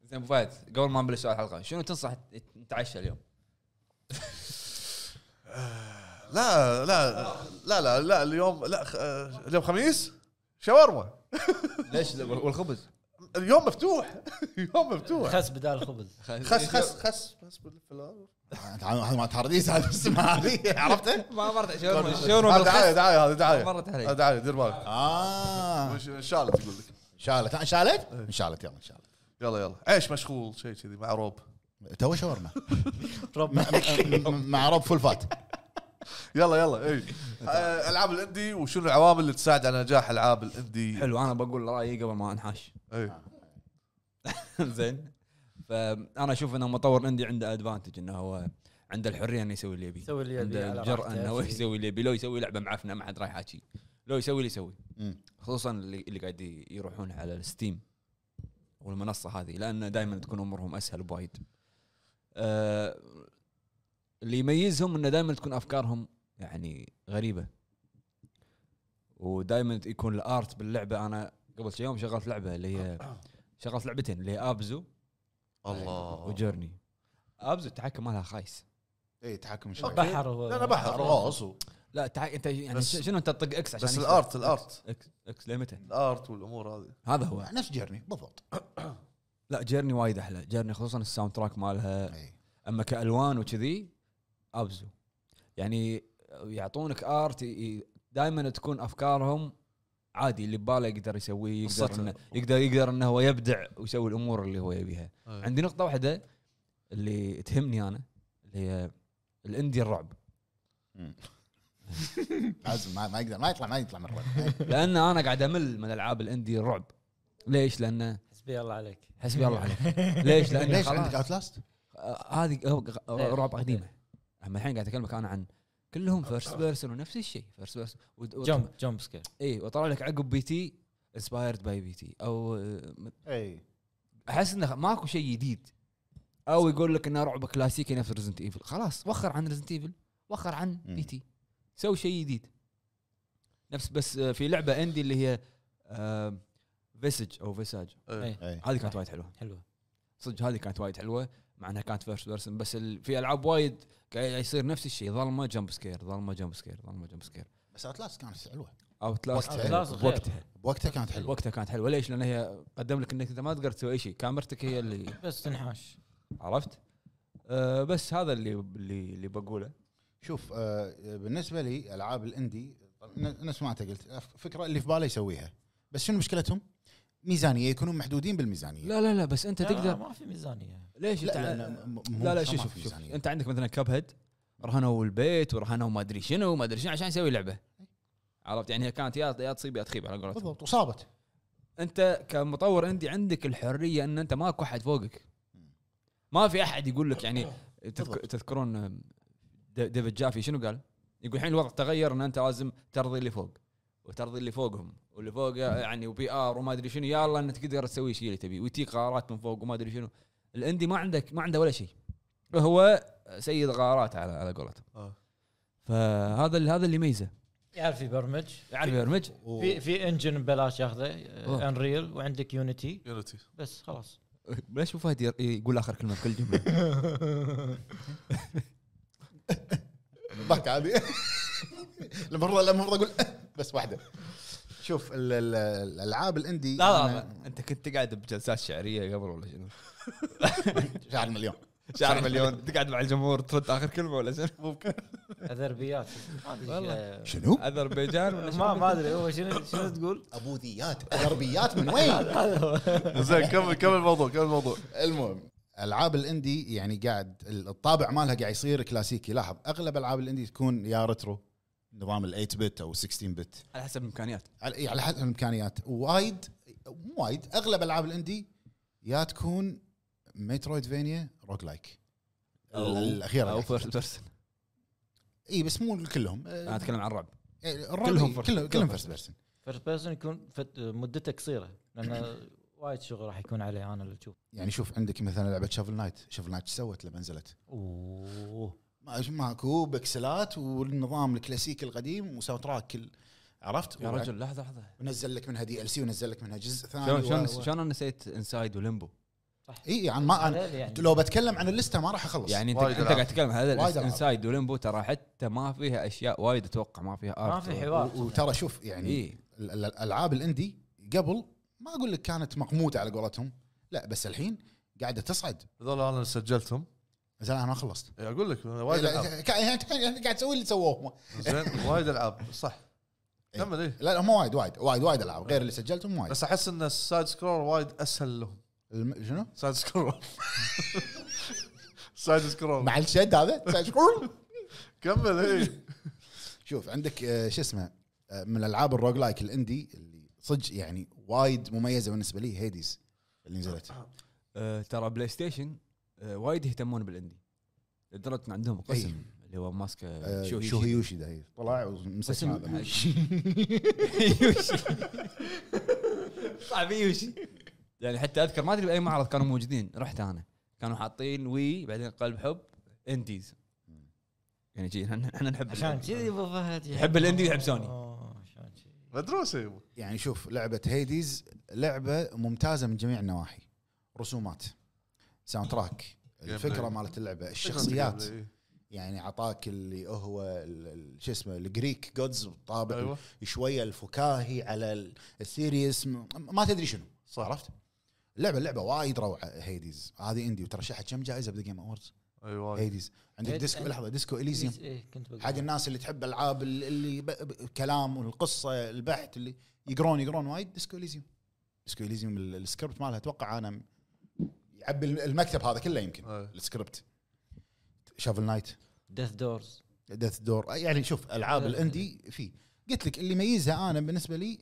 S2: زين ابو فهد قبل ما نبلش سؤال الحلقه شنو تنصح نتعشى اليوم؟
S1: لا لا لا لا لا اليوم لا خ- آه، اليوم خميس شاورما
S2: ليش والخبز؟
S1: اليوم مفتوح اليوم مفتوح
S4: خس بدال خبز
S1: خس خس خس خس بالفلان.
S3: هذا ما تارديس هذا اسمه هذه عرفته؟
S2: ما مرت شاورما
S1: هذا
S2: شاورما
S1: دعايه
S2: بالخس
S1: دعايه هذا دعايه
S2: مرت علي.
S1: هذا دعايه دير بالك
S3: اه
S1: وش- ان شاء الله تقول لك
S3: شالت شالت؟ انشالت يلا انشالت
S1: يلا يلا عيش مشغول شيء كذي مع روب
S3: تو شاورما
S4: رب
S3: مع- مع رب فول فات
S1: يلا يلا اي آه، العاب الاندي وشنو العوامل اللي تساعد على نجاح العاب الاندي
S2: حلو انا بقول رايي قبل ما انحاش
S1: اي
S2: زين فانا اشوف انه مطور اندي عنده ادفانتج انه هو عنده الحريه انه يسوي اللي يبي
S4: يسوي اللي يبي
S2: عنده
S4: على
S2: الجرأه
S4: راحته.
S2: انه هو يسوي اللي يبي لو يسوي لعبه معفنه ما حد راح يحاكي لو يسوي اللي يسوي
S3: مم.
S2: خصوصا اللي, اللي قاعد ي- يروحون على الستيم والمنصه هذه لان دائما تكون امورهم اسهل بوايد. آه اللي يميزهم انه دائما تكون افكارهم يعني غريبه. ودائما يكون الارت باللعبه انا قبل شي يوم شغلت لعبه اللي هي شغلت لعبتين اللي هي ابزو
S1: الله
S2: وجيرني. ابزو التحكم مالها خايس.
S3: اي تحكم إيه، شوي
S1: أوكي.
S4: بحر هو
S1: لا انا بحر راس و-
S2: لا تع... انت يعني
S1: بس-
S2: ش- شنو انت تطق اكس عشان
S1: بس
S2: يكسر؟
S1: الارت الارت
S2: اكس اكس لمتى؟
S1: الارت والامور هذه
S2: هذا هو
S3: نفس جيرني بالضبط
S2: لا جيرني وايد احلى جيرني خصوصا الساوند تراك مالها
S3: إي.
S2: اما كالوان وكذي ابزو يعني يعطونك ارت دائما تكون افكارهم عادي اللي بباله يقدر يسويه يقدر
S1: قصته.
S2: انه يقدر يقدر انه هو يبدع ويسوي الامور اللي هو يبيها
S3: أيوة.
S2: عندي نقطه واحده اللي تهمني انا اللي هي الاندي الرعب
S3: لازم ما, ما يقدر ما يطلع ما يطلع من الرد
S2: لان انا قاعد امل من العاب الاندي الرعب ليش لانه
S4: حسبي الله عليك
S2: حسبي الله عليك ليش لانه
S3: ليش عندك
S2: خلاص
S3: اوت لاست؟
S2: آه، هذه هو غ- رعب قديمه اما الحين قاعد اكلمك انا عن كلهم فيرست بيرسون ونفس الشيء فيرست بيرسون
S4: جمب جمب سكير
S2: اي إيه، وطلع لك عقب بي تي انسبايرد باي بي تي او آه،
S3: اي
S2: احس انه ماكو شيء جديد او يقول لك انه رعب كلاسيكي نفس ريزنت ايفل خلاص وخر عن ريزنت ايفل وخر عن
S3: مم.
S2: بي تي سوي شيء جديد نفس بس آه، في لعبه اندي اللي هي آه، فيسج او فيساج
S1: إيه.
S3: اي
S2: هذه كانت وايد حلوه
S4: حلوه
S2: صدق هذه كانت وايد حلوه مع انها كانت فيرست بيرسون بس ال... في العاب وايد قاعد يصير نفس الشيء ظلمه جمب سكير ظلمه جمب سكير ظلمه جمب سكير
S3: بس اوت لاست كانت حلوه
S2: اوت لاست
S3: وقتها.
S4: Outlast غير.
S2: وقتها
S3: بوقتها كانت حلوه
S2: وقتها كانت حلوه ليش؟ لان هي قدم لك انك انت ما تقدر تسوي أي شيء كاميرتك هي اللي
S4: بس تنحاش
S2: عرفت؟ أه بس هذا اللي اللي, اللي بقوله
S3: شوف آه بالنسبه لي العاب الاندي طب ن- نفس ما انت قلت فكره اللي في باله يسويها بس شنو مشكلتهم؟ ميزانيه يكونون محدودين بالميزانيه
S2: لا لا لا بس انت
S4: لا،
S2: تقدر
S4: ما في ميزانيه
S2: ليش
S3: لا
S2: انت
S3: لا لا, م- م-
S2: لا لا
S3: ما
S2: شوف
S3: في
S2: شوف, شوف
S3: ميزانية.
S2: انت عندك مثلا كاب هيد رهنوا البيت ورهنوا ما ادري شنو وما ادري شنو عشان يسوي لعبه عرفت يعني هي كانت يا يا تصيب يا تخيب على قولتهم
S3: بالضبط وصابت
S2: انت كمطور عندي عندك الحريه ان انت ماكو احد فوقك ما في احد يقول لك يعني تذك- تذكرون د- ديفيد جافي شنو قال؟ يقول الحين الوضع تغير ان انت لازم ترضي اللي فوق وترضي اللي فوقهم واللي فوق يعني وبي ار وما ادري شنو يلا انك تقدر تسوي الشيء اللي تبيه ويتيك غارات من فوق وما ادري شنو الاندي ما عندك ما عنده ولا شيء هو سيد غارات على على قولتهم
S1: آه.
S2: فهذا اللي هذا اللي يميزه
S4: يعرف يبرمج
S2: يعرف يبرمج
S3: و-
S4: في في انجن ببلاش ياخذه
S2: أوه.
S4: انريل وعندك يونيتي
S1: يونيتي
S4: بس خلاص
S2: ليش ابو فهد ير- يقول اخر كلمه بكل جمله
S3: ضحك عادي المره المفروض اقول بس واحده شوف ال- ال- الالعاب الاندي
S2: لا لا
S3: أنا-
S2: انت كنت تقعد بجلسات شعريه قبل ولا شنو؟
S3: شعر مليون
S2: شعر مليون تقعد مع الجمهور ترد اخر كلمه ولا شنو؟ ممكن
S4: اذربيات ما أدري
S2: والله.
S4: شو-
S3: شنو؟
S2: اذربيجان ولا
S4: ما
S2: شنو؟
S4: ما ادري هو شنو شنو تقول؟
S3: ابوذيات غربيات من وين؟
S1: زين كمل كمل الموضوع كمل الموضوع
S3: المهم العاب الاندي يعني قاعد الطابع مالها قاعد يصير كلاسيكي لاحظ اغلب العاب الاندي تكون يا ريترو نظام ال 8 بت او 16 بت
S2: على حسب الامكانيات
S3: على إيه، على حسب الامكانيات وايد مو وايد اغلب العاب الاندي يا تكون مترويد فينيا روج لايك ال- الاخيره
S2: او
S3: يعني.
S2: فيرست بيرسون
S3: اي بس مو كلهم
S2: انا
S3: آه،
S2: اتكلم عن الرعب
S3: إيه، الرعب
S2: كلهم
S3: إيه،
S2: first-
S3: كلهم
S2: كلهم
S3: كلهم فيرست بيرسون
S4: فيرست بيرسون يكون فت- مدته قصيره لان وايد شغل راح يكون عليه انا اللي اشوف
S3: يعني شوف عندك مثلا لعبه شافل نايت شافل نايت ايش سوت لما نزلت؟
S4: اوه
S3: ما ماكو بكسلات والنظام الكلاسيكي القديم وساوند تراك ال- عرفت؟
S2: يا رجل لحظه لحظه
S3: ونزل لك منها دي ال سي ونزل لك منها جزء ثاني
S2: شلون
S3: و-
S2: شلون
S3: و-
S2: شلون انا نسيت انسايد وليمبو
S3: اي عن ما أنا
S4: يعني
S3: لو بتكلم عن اللسته ما راح اخلص
S2: يعني انت
S1: وايد
S2: انت
S1: ألعاب.
S2: قاعد تتكلم عن هذا
S3: وايد ألعاب.
S2: انسايد وليمبو ترى حتى ما فيها اشياء وايد اتوقع ما فيها ارت
S4: ما في
S3: و-
S4: حوار
S3: وترى شوف يعني
S2: اي
S3: ال- ال- الالعاب الاندي قبل ما اقول لك كانت مقموته على قولتهم لا بس الحين قاعده تصعد
S1: هذول انا اللي سجلتهم
S3: زين انا ما خلصت
S1: إيه، اقول لك وايد
S3: لا،
S1: العاب
S3: ك- يعني أنت- يعني قاعد تسوي اللي سووه
S1: زين وايد العاب صح
S3: إيه.
S1: كمل ايه
S3: لا لا مو وايد وايد وايد وايد العاب غير اللي سجلتهم وايد
S1: بس احس ان السايد سكرول وايد اسهل لهم
S3: الم- شنو؟
S1: سايد سكرول سايد سكرول
S3: مع الشد هذا
S1: كمل ايه
S3: شوف عندك آه، شو اسمه آه، من الالعاب الروج لايك الاندي اللي صدق يعني وايد مميزه بالنسبه لي هيديز اللي نزلت
S2: ترى بلاي ستيشن آه، وايد آه، يهتمون بالاندي لدرجه ان عندهم قسم اللي هو ماسكه
S3: آه،
S2: شوهيشي.
S3: شوهيوشي ده هي. طلع ومسك
S2: قسم
S3: هذا
S2: يوشي صعب يوشي يعني حتى اذكر ما ادري باي معرض كانوا موجودين رحت انا كانوا حاطين وي بعدين قلب حب انديز يعني جي احنا إحنا نحب
S4: عشان
S2: ال-
S4: كذي ابو فهد يعني.
S2: يحب الاندي ويحب سوني.
S4: أوه، عشان كذي
S1: مدروسه يبا
S3: يعني شوف لعبه هيديز لعبه ممتازه من جميع النواحي رسومات ساوند تراك الفكره
S1: بلاي.
S3: مالت اللعبه الشخصيات
S1: إيه.
S3: يعني عطاك اللي هو ال- ال- شو اسمه الجريك جودز طابع
S1: أيوة.
S3: شويه الفكاهي على ال- السيريس م- ما تدري شنو
S1: صح عرفت
S3: اللعبه اللعبه وايد روعه هيديز هذه اندي وترشحت كم جائزه بذا جيم اووردز
S1: اي وايد
S3: هيديز عندك
S4: هيد-
S3: ديسكو لحظه ديسكو اليزيوم
S4: إيه، كنت بقول.
S3: حق الناس اللي تحب العاب ال- اللي ب... ب... كلام والقصه البحث اللي يقرون يقرون وايد ديسكو اليزيوم ديسكو اليزيوم ال- السكريبت مالها اتوقع انا م- يعبي الم- المكتب هذا كله يمكن
S1: أي.
S3: السكريبت شافل نايت
S4: ديث دورز
S3: ديث دور يعني شوف العاب
S2: آه،
S4: لا.
S3: الاندي في قلت لك اللي يميزها انا بالنسبه لي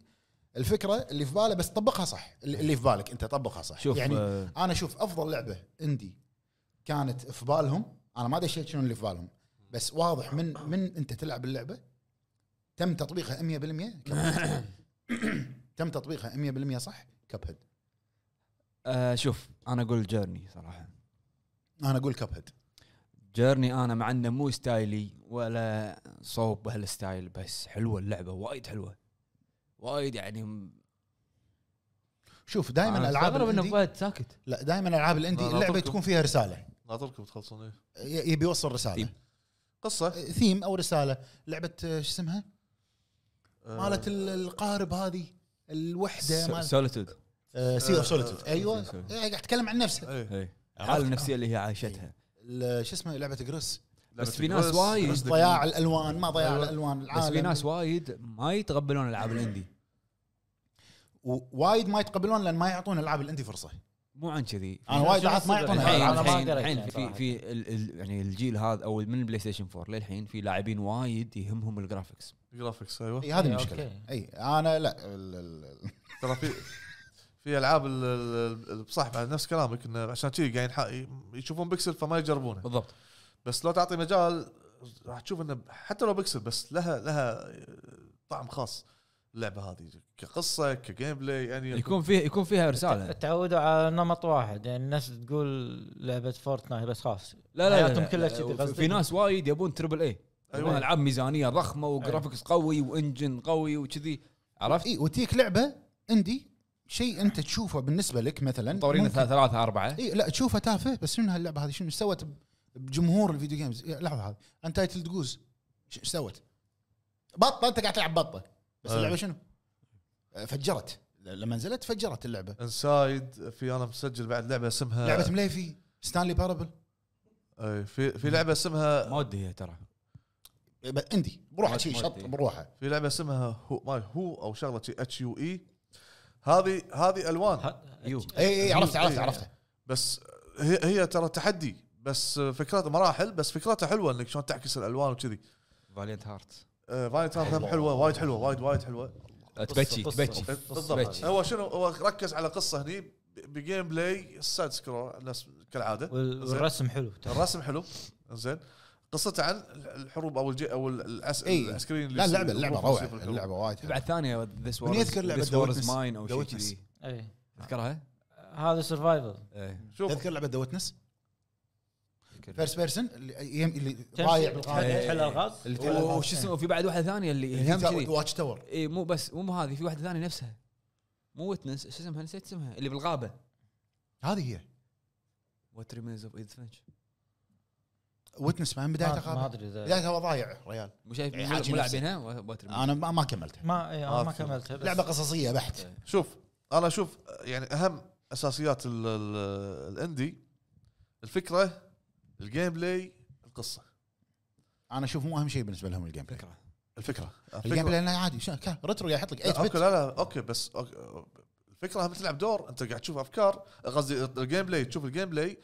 S3: الفكره اللي في باله بس طبقها صح اللي اللي في بالك انت طبقها صح
S2: شوف
S3: يعني
S2: آه،
S3: انا اشوف افضل لعبه اندي كانت في بالهم انا ما دشيت شنو اللي في بالهم بس واضح من من انت تلعب اللعبه تم تطبيقها 100% كب- تم تطبيقها 100% صح كب هيد
S2: آه، شوف انا اقول جيرني صراحه
S3: انا اقول كب هيد
S2: جيرني انا مع انه مو ستايلي ولا صوب بهالستايل بس حلوه اللعبه وايد حلوه وايد يعني م-
S3: شوف دائما
S2: أنا
S3: العاب
S2: استغرب انه
S3: الاندي
S2: فهد ساكت
S3: لا دائما العاب الاندي
S1: لا، لا،
S3: اللعبه
S1: أطلقوا.
S3: تكون فيها رساله
S1: ناطركم تخلصون ايه
S3: ي- يبي يوصل رساله
S2: ثيم.
S1: قصه
S3: ثيم او رساله لعبه آه، شو اسمها؟
S1: آه،
S3: مالت ال- القارب هذه الوحده مالت
S2: سوليتود
S3: سي اوف
S1: آه،
S3: سوليتود ايوه
S2: Sea of Solitude.
S3: آه، قاعد اتكلم عن نفسها
S1: إيه.
S2: الحاله النفسيه اللي هي عايشتها
S3: ال- شو اسمه لعبه جريس
S1: لعبة
S2: في ناس
S1: الجرس،
S2: وايد
S1: قصدك.
S3: ضياع الالوان ما ضياع
S1: أيوة.
S3: الالوان العالم
S2: بس في ناس وايد ما يتقبلون العاب الاندي
S3: وايد ما يتقبلون لان ما يعطون العاب الاندي فرصه
S2: مو عن كذي
S3: انا وايد
S4: شنو
S3: لاحظت ما
S4: السبب؟
S3: يعطون
S1: إيه،
S4: الحين-
S3: العاب
S4: أنا ما
S2: الحين
S4: أقدر
S2: الحين
S4: أجي
S2: في
S4: يعني صراحة.
S2: في ال- ال- يعني الجيل هذا او من البلاي ستيشن 4 للحين في لاعبين وايد يهمهم الجرافكس
S1: جرافيكس ايوه
S3: اي هذه
S4: إيه،
S3: المشكله
S4: أوكي.
S3: اي انا لا ال- ال-
S1: ترى في في العاب ال- ال- ال- صح بعد نفس كلامك انه عشان كذي قاعدين حق- يشوفون بيكسل فما يجربونه
S2: بالضبط
S1: بس لو تعطي مجال راح تشوف انه حتى لو بيكسل بس لها لها طعم خاص اللعبه هذه كقصه كجيم بلاي يعني
S2: يكون فيها يكون فيها رساله
S4: تعودوا على نمط واحد يعني الناس تقول لعبه فورتنايت بس خلاص
S2: لا لا
S4: حياتهم
S2: لا
S4: كلها
S2: لا،
S4: كذي
S2: في-
S4: قصدي. أيوة.
S2: في ناس وايد يبون تربل اي يبون
S1: ايوه
S2: العاب ميزانيه ضخمه وجرافكس قوي وانجن قوي وكذي
S4: إيه،
S2: عرفت؟
S3: اي إيه، وتيك لعبه اندي شيء انت تشوفه بالنسبه لك مثلا
S2: مطورين
S3: ممكن-
S2: ثلاثه
S4: إيه.
S2: اربعه
S3: اي لا تشوفه تافه بس شنو هاللعبه هذه شنو سوت ب- بجمهور الفيديو جيمز إيه، لحظه هذه انتايتل جوز ايش سوت؟ بطه انت قاعد تلعب بطه بس
S1: آه.
S3: اللعبه شنو؟ آه، فجرت ل- لما نزلت فجرت اللعبه
S1: انسايد في انا مسجل بعد لعبه اسمها
S3: لعبه مليفي ستانلي بارابل
S1: أي، في في لعبه اسمها
S2: ما ودي هي ترى
S3: اندي بروحه
S2: ما-
S3: شي
S2: ما
S3: شط
S2: أدري.
S3: بروحه
S1: في لعبه اسمها هو ماي هو او شغله اتش يو اي E. هذه هذه الوان
S4: أيوه.
S2: يو
S3: اي اي عرفت عرفت عرفت
S1: بس هي هي ترى تحدي بس فكرتها مراحل بس فكرتها حلوه انك شلون تعكس الالوان وكذي
S2: فالينت هارت
S1: آه، فايت هارت هم حلوه وايد حلوه وايد وايد حلوه
S2: تبكي
S4: قصة.
S2: تبكي
S1: بالضبط
S2: تبكي
S1: هو شنو هو ركز على قصه هني ب- بجيم بلاي سايد سكرول نفس كالعاده
S4: وال- والرسم حلو ترى.
S1: الرسم حلو زين قصته عن الحروب او الجي او العس...
S3: إي.
S1: العسكريين اللي
S3: لا اللعبه
S1: يصير-
S3: اللعبه
S1: يصير
S3: روعه
S1: بالحروب.
S3: اللعبه وايد حلوة.
S2: بعد ثانيه ذس
S3: من
S2: وور
S3: يذكر لعبة
S2: ذس
S3: The
S2: وور
S3: Witness؟
S2: از ماين او
S3: The
S2: شيء
S3: Witness.
S2: كذي
S4: اي
S2: إيه. تذكرها؟
S4: هذا سرفايفل
S2: ايه
S1: شوف
S3: تذكر لعبه ذا ويتنس
S2: تذكر.
S3: فيرست بيرسون اللي يم- اللي ضايع بالقاعده
S4: تحل الغاز
S3: اللي تلعب
S2: وش اسمه في بعد واحده ثانيه اللي هم
S3: اللي
S2: كذي
S3: واتش تاور
S2: اي مو بس مو هذه في واحده ثانيه نفسها مو ويتنس شو اسمها نسيت اسمها اللي بالغابه
S3: هذه هي
S2: وات ريمينز اوف ايدث فينش
S3: ويتنس من بدايتها
S4: ما ما
S3: خاب
S4: ادري إذا-
S3: بدايتها هو ضايع ريال
S2: مو شايف
S3: إيه، آه.
S2: مو-
S3: حاجي
S2: مو
S3: نفسي.
S2: لاعبينها وات
S3: انا ما ما كملتها
S4: ما إي، أنا ما
S1: عارف.
S4: كملتها بس
S3: لعبه قصصيه بحت
S1: شوف انا اشوف يعني اهم اساسيات ال- ال- الاندي الفكره الجيم بلاي القصه
S3: انا اشوف مو اهم شيء بالنسبه لهم الجيم بلاي
S2: فكره
S1: الفكره
S3: الجيم
S1: الفكره
S3: بلاي لأنه عادي شنو كان ريترو قاعد يحط لك 8
S1: اوكي
S3: بت
S1: لا لا اوكي بس أوكي. الفكره هم تلعب دور انت قاعد تشوف افكار قصدي الجيم بلاي تشوف الجيم بلاي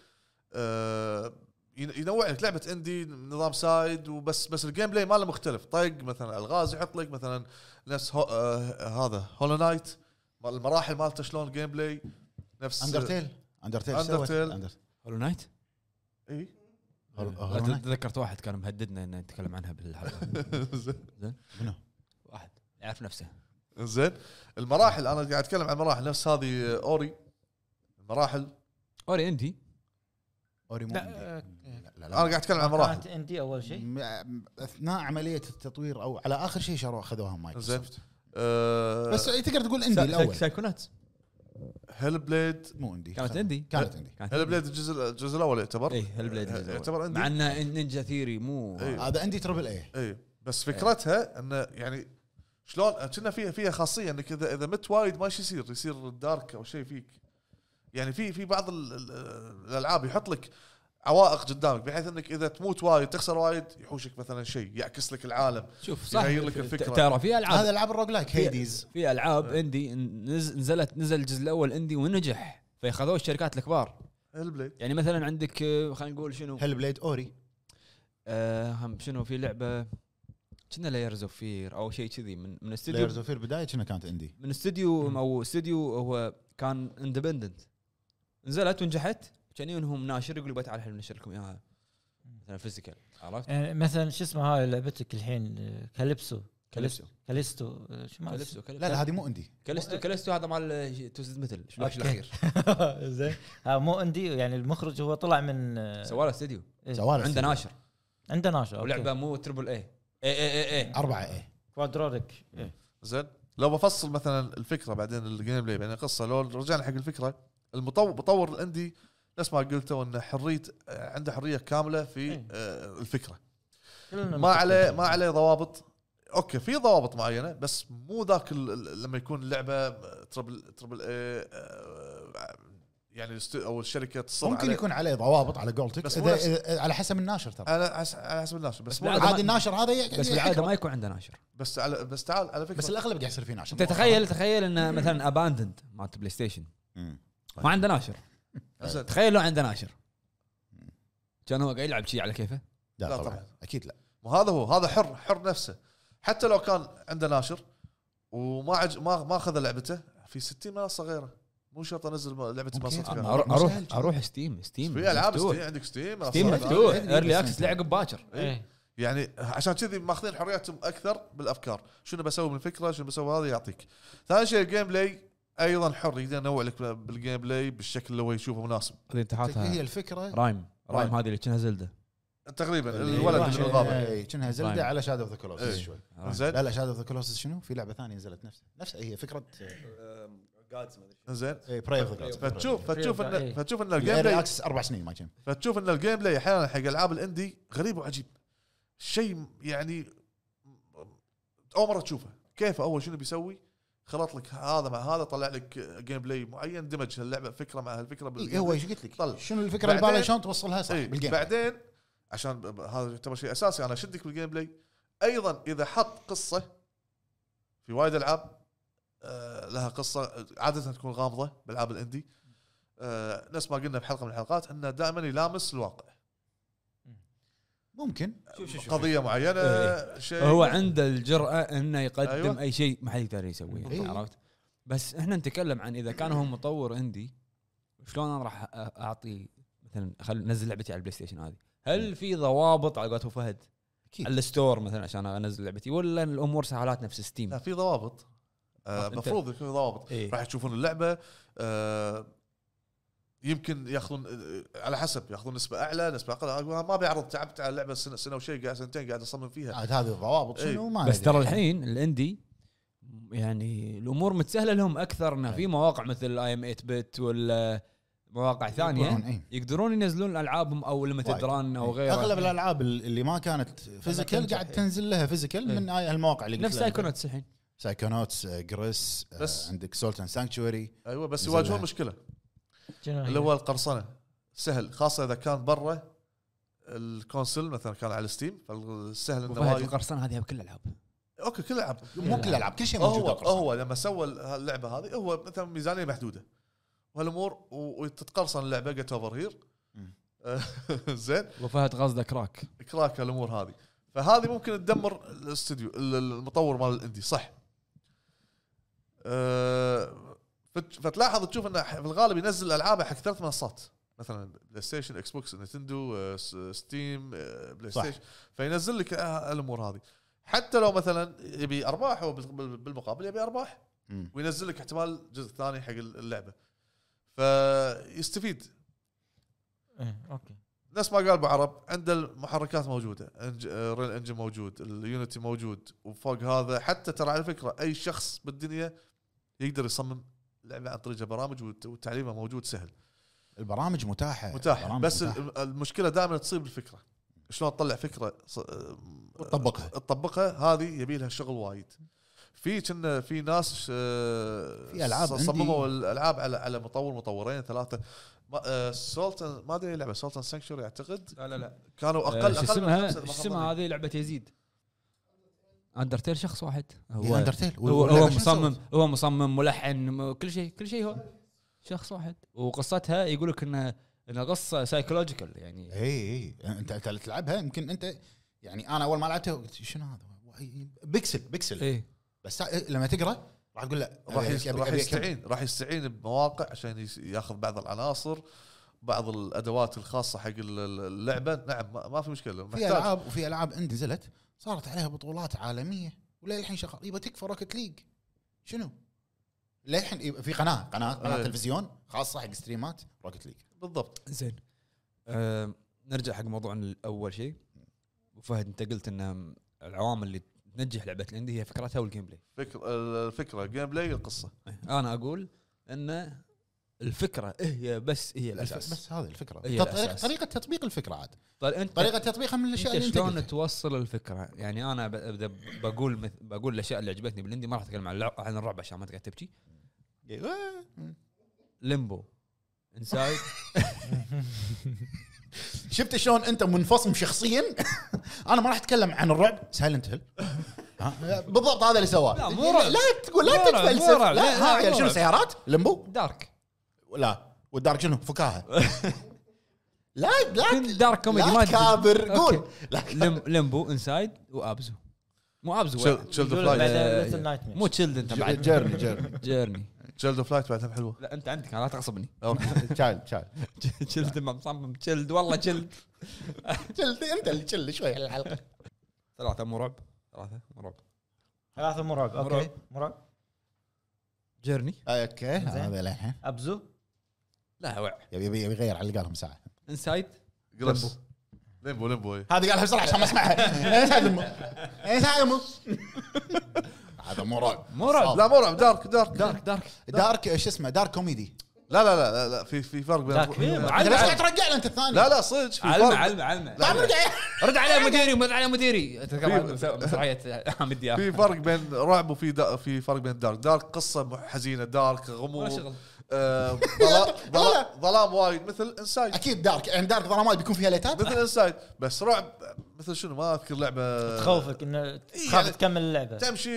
S1: آه، ين- ينوع لك لعبه اندي نظام سايد وبس بس الجيم بلاي ماله مختلف طق مثلا الغاز يحط لك مثلا نفس هو آه هذا هولو نايت مال- المراحل مالته شلون الجيم بلاي نفس
S3: اندرتيل اندرتيل
S1: Undertale.
S3: سوت- Undertale.
S2: هولو نايت
S1: اي
S3: هر-
S2: لا،
S3: هرونايت.
S2: تذكرت واحد كان مهددنا ان نتكلم عنها بالحلقه
S3: منو؟
S2: واحد يعرف نفسه
S1: زين المراحل انا قاعد اتكلم عن مراحل نفس هذه اوري المراحل
S2: اوري اندي
S3: اوري مو
S4: لا،
S3: عندي. لا لا
S1: انا قاعد اتكلم عن مراحل
S4: آه، كانت اندي اول شيء
S3: م- اثناء عمليه التطوير او على اخر شيء شروا اخذوها
S1: زين
S3: مايكروسوفت
S1: آه
S3: بس تقدر تقول اندي الاول
S2: سايكونات
S1: هيل بليد
S3: مو اندي
S2: كانت اندي
S3: كانت اندي
S2: كانت
S1: هيل بليد الجزء الجزء الاول يعتبر
S2: اي هيل بليد
S1: يعتبر عندي
S2: مع انها نينجا ثيري مو
S1: إيه.
S3: هذا اندي تربل اي
S1: اي إيه. بس فكرتها انه يعني شلون كنا فيها فيها خاصيه انك اذا اذا مت وايد ما ايش يصير يصير دارك او شيء فيك يعني في في بعض ال- ال- الالعاب يحط لك عوائق قدامك بحيث انك اذا تموت وايد تخسر وايد يحوشك مثلا شيء يعكس لك العالم
S2: شوف صح
S1: يغير لك الفكرة.
S2: ترى في
S3: هذا
S2: العاب
S3: العاب الروج لايك هيديز
S2: في العاب اندي نز- نزلت نزل الجزء الاول اندي ونجح فاخذوه الشركات الكبار
S1: البليد
S2: يعني مثلا عندك آه، خلينا نقول شنو
S3: هيل بليد اوري
S2: آه هم شنو في لعبه كنا لايرز اوف فير او شيء كذي من من استوديو
S3: لايرز اوف بدايه كنا كانت اندي
S2: من استوديو او استوديو هو كان اندبندنت نزلت ونجحت كان يجونهم ناشر يقول لك تعال احنا بنشر لكم اياها مثلا فيزيكال عرفت؟
S4: يعني مثلا شو اسمه هاي لعبتك الحين آه، كاليبسو
S2: كاليبسو
S4: كاليستو آه، شو ما
S2: كاليبسو
S3: لا لا هذه مو اندي
S2: كاليستو كاليستو هذا مال توزد مثل شباك
S4: أوكي.
S2: الاخير
S4: زين ها مو اندي يعني المخرج هو طلع من آه،
S2: سوى له استوديو
S4: إيه.
S3: سوالف
S2: عنده ناشر
S4: عنده ناشر أوكي.
S2: ولعبه مو إيه، تربل اي اي اي اي, اي.
S3: اربعه اي
S4: كوادروريك
S1: زين لو بفصل مثلا الفكره بعدين الجيم بلاي بعدين القصه لو رجعنا حق الفكره المطور مطور الاندي نفس ما قلتوا انه حريه عنده حريه كامله في
S4: إيه.
S1: آه، الفكره
S4: كلنا
S1: ما عليه
S4: متفقين.
S1: ما عليه ضوابط اوكي في ضوابط معينه بس مو ذاك ال- ال- لما يكون آه، اللعبه تربل تربل اي آه، يعني الاستو- او الشركه تصر
S3: ممكن
S1: عليه.
S3: يكون عليه ضوابط على قولتك
S1: بس مو
S3: إذا-
S1: نفس-
S3: إذا- على حسب الناشر ترى
S1: على حس- على حسب الناس بس
S2: بس
S1: مو
S2: بالعادة-
S1: على-
S3: عادي الناشر هذا ي-
S2: بس
S3: ي-
S2: بالعاده ما يكون عنده ناشر
S1: بس على بس تعال على فكره
S3: بس الاغلب قاعد يصير فيه ناشر
S2: انت تخيل تخيل انه مثلا اباندند مالت بلاي ستيشن
S3: مم.
S2: ما عنده ناشر
S1: زين.
S2: تخيل لو عنده ناشر كان هو قاعد يلعب شي على كيفه
S1: لا
S3: لا
S1: طبعاً.
S3: طبعا اكيد لا
S1: وهذا هو هذا حر حر نفسه حتى لو كان عنده ناشر وما عج... ما ما اخذ لعبته في 60 منصه غيره مو شرط انزل م- لعبه
S3: ممكن.
S1: منصه
S3: أما
S1: كاملة.
S2: اروح
S3: مو
S2: اروح
S3: سهل كذا.
S2: اروح ستيم ستيم
S1: في العاب
S2: مفتوح.
S1: ستيم عندك ستيم
S2: ستيم
S1: منصات
S2: مفتوح
S3: أدري،
S2: ايرلي
S3: بس
S2: اكسس لعقب باكر
S4: إيه.
S1: يعني عشان كذي ماخذين حريتهم اكثر بالافكار شنو بسوي من فكره شنو بسوي هذا يعطيك ثاني شيء الجيم بلاي ايضا حر يقدر ينوع لك بالجيم بلاي بالشكل اللي هو يشوفه مناسب
S2: هذه انتحاتها
S3: هي الفكره
S2: رايم رايم
S1: رايم.
S2: هذه اللي كانها زلده
S1: تقريبا
S3: اللي
S1: الولد
S3: واحد- إيه،
S1: اللي بالغابه
S3: إي، كأنها زلده
S2: طيب.
S3: على شادو اوف ذا
S1: إي.
S3: كلوسس شوي
S1: زين
S3: لا لا شادو اوف ذا كلوسس شنو في لعبه ثانيه نزلت نفس نفس هي إيه، فكره
S1: زين
S3: براي اوف ذا
S1: فتشوف فتشوف ان
S4: إيه.
S1: فتشوف ان الجيم
S3: الجيم
S1: بلاي
S3: اكسس اربع سنين ما كان
S1: فتشوف ان الجيم بلاي احيانا حق العاب الاندي غريب وعجيب شيء يعني اول مره تشوفه كيف اول شنو بيسوي خلط لك هذا مع هذا طلع لك جيم بلاي معين دمج هاللعبه فكره مع هالفكره
S3: إي، إيه، هو ايش قلت لك
S1: طلع.
S3: شنو الفكره
S1: بعدين-
S3: اللي بالي شلون توصلها صح
S1: إيه
S3: بالجيم
S1: بعدين عشان ب- ب- هذا يعتبر شيء اساسي انا اشدك بالجيم بلاي ايضا اذا حط قصه في وايد العاب آه، لها قصه عاده تكون غامضه بالعاب الاندي آه، نفس ما قلنا بحلقه من الحلقات انه دائما يلامس الواقع
S3: ممكن
S1: قضيه معينه
S2: إيه.
S1: شيء
S2: هو عنده الجرأه انه يقدم
S1: أيوة.
S2: أيوة. اي شيء ما حد يقدر يسويه
S3: إيه.
S2: عرفت بس احنا نتكلم عن اذا كان هو مطور عندي شلون انا راح أ- اعطي مثلا خل نزل لعبتي على البلاي ستيشن هذه هل في ضوابط على قولت أبو فهد
S3: أكيد.
S2: على الستور مثلا عشان انزل لعبتي ولا الامور سهالات نفس ستيم
S1: لا في ضوابط
S2: آه،
S1: آه،
S2: أنت-
S1: المفروض يكون في ضوابط
S2: إيه.
S1: راح تشوفون اللعبه آه، يمكن ياخذون آه، على حسب ياخذون نسبه اعلى نسبه اقل أنا ما بيعرض تعبت على اللعبه سنه سنه وشيء قاعد سنتين قاعد اصمم
S2: آه.
S1: فيها
S3: عاد هذه الضوابط
S1: إي.
S3: شنو ما
S2: بس
S3: ندري.
S2: ترى الحين الاندي يعني الامور متسهله لهم اكثر انه في مواقع مثل اي ام 8 بت ولا مواقع
S3: يبيعون،
S2: ثانيه
S3: إيه.
S2: يقدرون ينزلون العابهم او ليمتد
S3: وايد.
S2: ران او غيره
S3: اغلب الالعاب اللي ما كانت فيزيكال
S4: تنجح،
S3: قاعد
S4: إي.
S3: تنزل لها فيزيكال من هاي هالمواقع اللي قلت
S2: إيه. نفس
S3: لها.
S2: ايكونتس الحين
S3: سايكونوتس آه، جريس آه،
S1: بس.
S3: عندك سولتان سانكتشوري
S1: ايوه بس
S3: نزل
S1: يواجهون
S3: لها.
S1: مشكله
S2: إيه.
S4: شنو هي؟
S1: اللي هو القرصنه سهل خاصه اذا كان برا الكونسل مثلا كان على ستيم فالسهل انه
S2: وفهد
S1: وايد
S2: القرصنه هذه بكل الالعاب
S1: اوكي كل العاب
S3: مو كل الالعاب كل شيء موجود
S1: هو
S3: أقرص.
S1: هو لما سوى اللعبه هذه هو مثلا ميزانيه محدوده وهالامور و- وتتقرصن اللعبه جت اوفر هير
S3: مم.
S1: زين
S2: وفهد غازده كراك
S1: كراك الامور هذه فهذه ممكن تدمر الاستوديو ال- المطور مال الاندي صح آه، أه، فت- فتلاحظ تشوف انه في الغالب ينزل العابه حق ثلاث منصات مثلا بلاي ستيشن اكس بوكس نتندو آه، س- ستيم آه، بلاي ستيشن فينزل لك آه، الامور هذه حتى لو مثلا يبي ارباح هو بال- بال- بالمقابل يبي ارباح
S3: مم.
S1: وينزل لك احتمال جزء ثاني حق اللعبه فيستفيد
S4: إيه، اوكي
S1: نفس ما قال ابو عرب عنده المحركات موجوده انج... ريل انجن موجود اليونتي موجود وفوق هذا حتى ترى على فكره اي شخص بالدنيا يقدر يصمم لعبه عن طريق برامج والت- وتعليمها موجود سهل
S3: البرامج متاحه
S1: متاح
S3: البرامج
S1: بس
S3: متاحة.
S1: ال- المشكله دائما تصير بالفكره شلون تطلع فكره ص- آه،
S3: وتطبقها.
S1: تطبقها هذه يبي لها شغل وايد في كنا في ناس آه،
S3: في ألعاب
S1: ص-
S3: عندي.
S1: صمموا الالعاب على على مطور مطورين ثلاثه سولتن ما ادري لعبه سولتن سانكشوري اعتقد
S2: لا لا لا
S1: كانوا
S2: آه، شو
S1: اقل اقل من
S2: اسمها
S1: خمسة
S2: شو
S1: إذا ما خاب
S2: اسمها
S1: ظني.
S2: هذه لعبه يزيد اندرتيل شخص واحد
S3: يعني
S2: هو
S3: اندرتيل
S2: هو,
S3: واللعبة
S2: هو
S3: شو
S2: مصمم
S3: سوت؟
S2: هو مصمم ملحن م- كل شيء كل شيء هو شخص واحد وقصتها يقول لك انها ان القصه سايكولوجيكال يعني
S3: اي اي انت انت تلعبها يمكن انت يعني انا اول ما لعبتها قلت شنو هذا بيكسل بيكسل
S2: ايه
S3: بس لما تقرا راح تقول لا
S1: راح
S3: أبي-
S1: يس-
S3: أبي-
S1: راح
S3: أبي-
S1: يستعين راح يستعين بمواقع عشان يس- ياخذ بعض العناصر بعض الادوات الخاصه حق ال- ال- اللعبه نعم ما ما في مشكله
S3: في
S1: محتاج
S3: العاب وفي العاب نزلت صارت عليها بطولات عالميه وللحين شغال يبا تكفى روكت ليج شنو؟ للحين يبا- في قناه قناه قناه
S1: إيه.
S3: تلفزيون خاصه حق ستريمات روكت ليج
S1: بالضبط
S2: زين آه نرجع حق موضوعنا الاول شيء وفهد انت قلت ان العوامل اللي تنجح لعبه الاندي هي فكرتها والجيم بلاي
S1: فكرة الفكره جيم بلاي القصه
S2: انا اقول ان الفكره هي بس هي الاساس بس
S3: بس هذه الفكره
S2: هي
S3: تطبيق-
S2: إيه، الأساس.
S3: طريقه تطبيق الفكره عاد
S2: طيب انت
S3: طريقه تطبيقها من الاشياء
S2: انت
S3: اللي انت
S2: شلون
S3: قلتها.
S2: توصل الفكره يعني انا ب- ابدا بقول مث- بقول الاشياء اللي عجبتني بالاندي ما راح اتكلم عن اللع- عن الرعب عشان ما تقعد تبكي
S3: إيه.
S2: ليمبو انسايد
S3: شفت شلون انت منفصم شخصيا انا ما راح اتكلم عن الرعب سايلنت هيل بالضبط هذا اللي سواه
S2: لا، مو رعب.
S3: لا تقول
S2: مو
S3: لا
S2: رعب، مو
S3: تتفلسف
S2: رعب.
S3: لا
S2: لا، لا،
S3: هذا
S2: مو
S3: شنو
S2: رعب.
S3: سيارات لمبو
S2: دارك
S3: لا والدارك شنو فكاهه لا لا
S2: كنت دارك كوميدي ما
S3: لا
S2: أدري.
S3: تكابر قول
S2: أوكي.
S3: لا
S2: لم- ليمبو انسايد وابزو مو ابزو
S1: Child- Child of Light.
S2: آه،
S4: Little Nightmares.
S2: مو تشيلد انت بعد
S3: جيرني جيرني
S2: جيرني
S1: جلد اوف لايت بعدها حلوه
S2: لا انت عندك لا تغصبني
S3: شايل شايل
S2: تشيلد مصمم تشيلد والله تشيلد
S3: شل انت اللي شل شوي على الحلقه
S2: ثلاثه مو رعب ثلاثه مو رعب
S4: ثلاثه مرعب اوكي مرعب
S2: جيرني
S3: اوكي هذا الحين
S4: ابزو
S2: لا وع
S3: يبي يبي يبي يغير على قالهم ساعه
S2: انسايد
S1: جلس ليمبو ليمبو إيه.
S3: هذه قالها بسرعه عشان ما اسمعها ايش هذا المو ايش هذا المو هذا مو رعب
S2: مو رعب.
S1: لا مو رعب دارك دارك دارك
S2: دارك دارك
S3: دارك شو اسمه دارك كوميدي
S1: لا لا لا, لا, لا في في فرق بين
S4: دارك مين؟
S3: انت ليش
S2: علم-
S3: قاعد ترجع له انت الثاني طيب،
S1: لا لا صدق في
S2: علمه
S1: فرق
S2: علمه علمه
S3: قاعد ترجع
S2: رد على مديري رد على مديري
S1: في-
S2: مسرعيه حامد دياب
S1: في فرق بين رعب وفي دا في فرق بين دارك دارك قصه حزينه دارك غموض
S2: ولا شغل.
S1: آه، ظلا- ظلا- ظلام وايد مثل انسايد
S3: اكيد دارك يعني دارك ظلامات بيكون فيها ليتات
S1: مثل انسايد بس رعب مثل شنو ما اذكر لعبه
S4: تخوفك انه تخاف
S1: يعني-
S4: تكمل اللعبه
S1: تمشي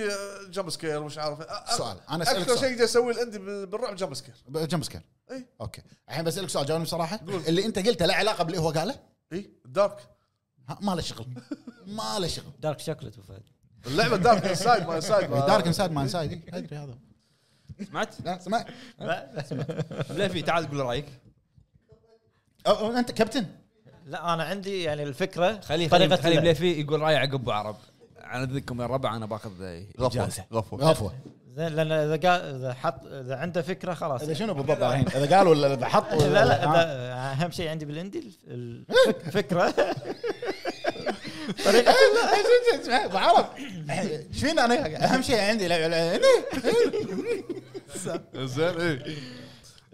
S1: جمب سكير مش عارف أ- أ-
S3: سؤال، أنا أسألك
S1: اكثر
S3: سؤال.
S1: شيء اقدر اسويه الاندي بال- بالرعب جمب سكير
S3: جمب سكير
S1: إي.
S3: اوكي الحين بسالك سؤال جاوبني بصراحه اللي انت قلته له علاقه باللي هو قاله
S1: اي دارك
S3: ها، ما له شغل ما له شغل
S4: دارك شوكلت ابو فهد
S1: اللعبه دارك انسايد ما انسايد ما-
S3: دارك انسايد ما انسايد إي، ادري هذا
S2: سمعت؟
S3: لا سمع
S2: بليفي تعال قول رايك
S3: أو- أو انت كابتن
S4: لا انا عندي يعني الفكره
S2: خليه
S4: طريقه
S2: خليه خلي
S4: اللعب.
S2: بليفي يقول رايه عقب ابو عرب انا اذكركم يا ربع انا باخذ
S1: غفوه
S2: اجازه
S1: غفوه
S3: عفوا
S4: زين لان اذا قال اذا حط اذا عنده فكره خلاص
S3: اذا شنو بالضبط الحين اذا قالوا ولا اذا حطوا
S4: لا لا
S3: ها؟
S4: إذا اهم شيء عندي بالاندي الفكره طريقه
S3: إيه، اسمع، أبو عرب ايش فينا انا اهم شيء عندي لا- لا- إيه. لا-
S1: زين اي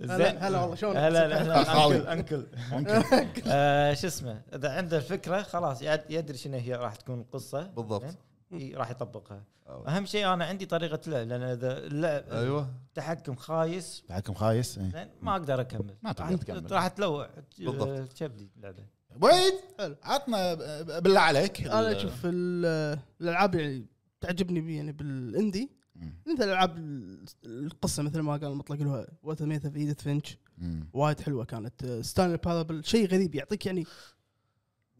S4: زين
S6: هلا والله شلونك؟
S4: هلا هلا
S3: خالي.
S4: انكل انكل
S3: ممكن.
S4: آه، شو اسمه اذا عنده الفكره خلاص يد- يدري شنو هي راح تكون القصه
S1: بالضبط.
S4: زين؟ ي- راح يطبقها
S1: أوه.
S4: اهم شيء انا عندي طريقه لعب لان اذا اللعب
S1: ايوه
S4: تحكم خايس
S3: بعدكم خايس إي.
S4: زين ما اقدر اكمل
S3: ما تقدر
S4: راح-
S3: تكمل.
S4: راح تلوع
S1: بالضبط.
S4: آه، كبدي اللعبه
S3: وايد عطنا ب- ب- بالله عليك
S6: انا اشوف ال- الالعاب يعني تعجبني يعني بالاندي
S3: مم.
S6: مثل العاب ال- القصه مثل ما قال المطلق اللي هو وات ميثا في ايديث فينش
S3: مم.
S6: وايد حلوه كانت ستانلي بارابل شيء غريب يعطيك يعني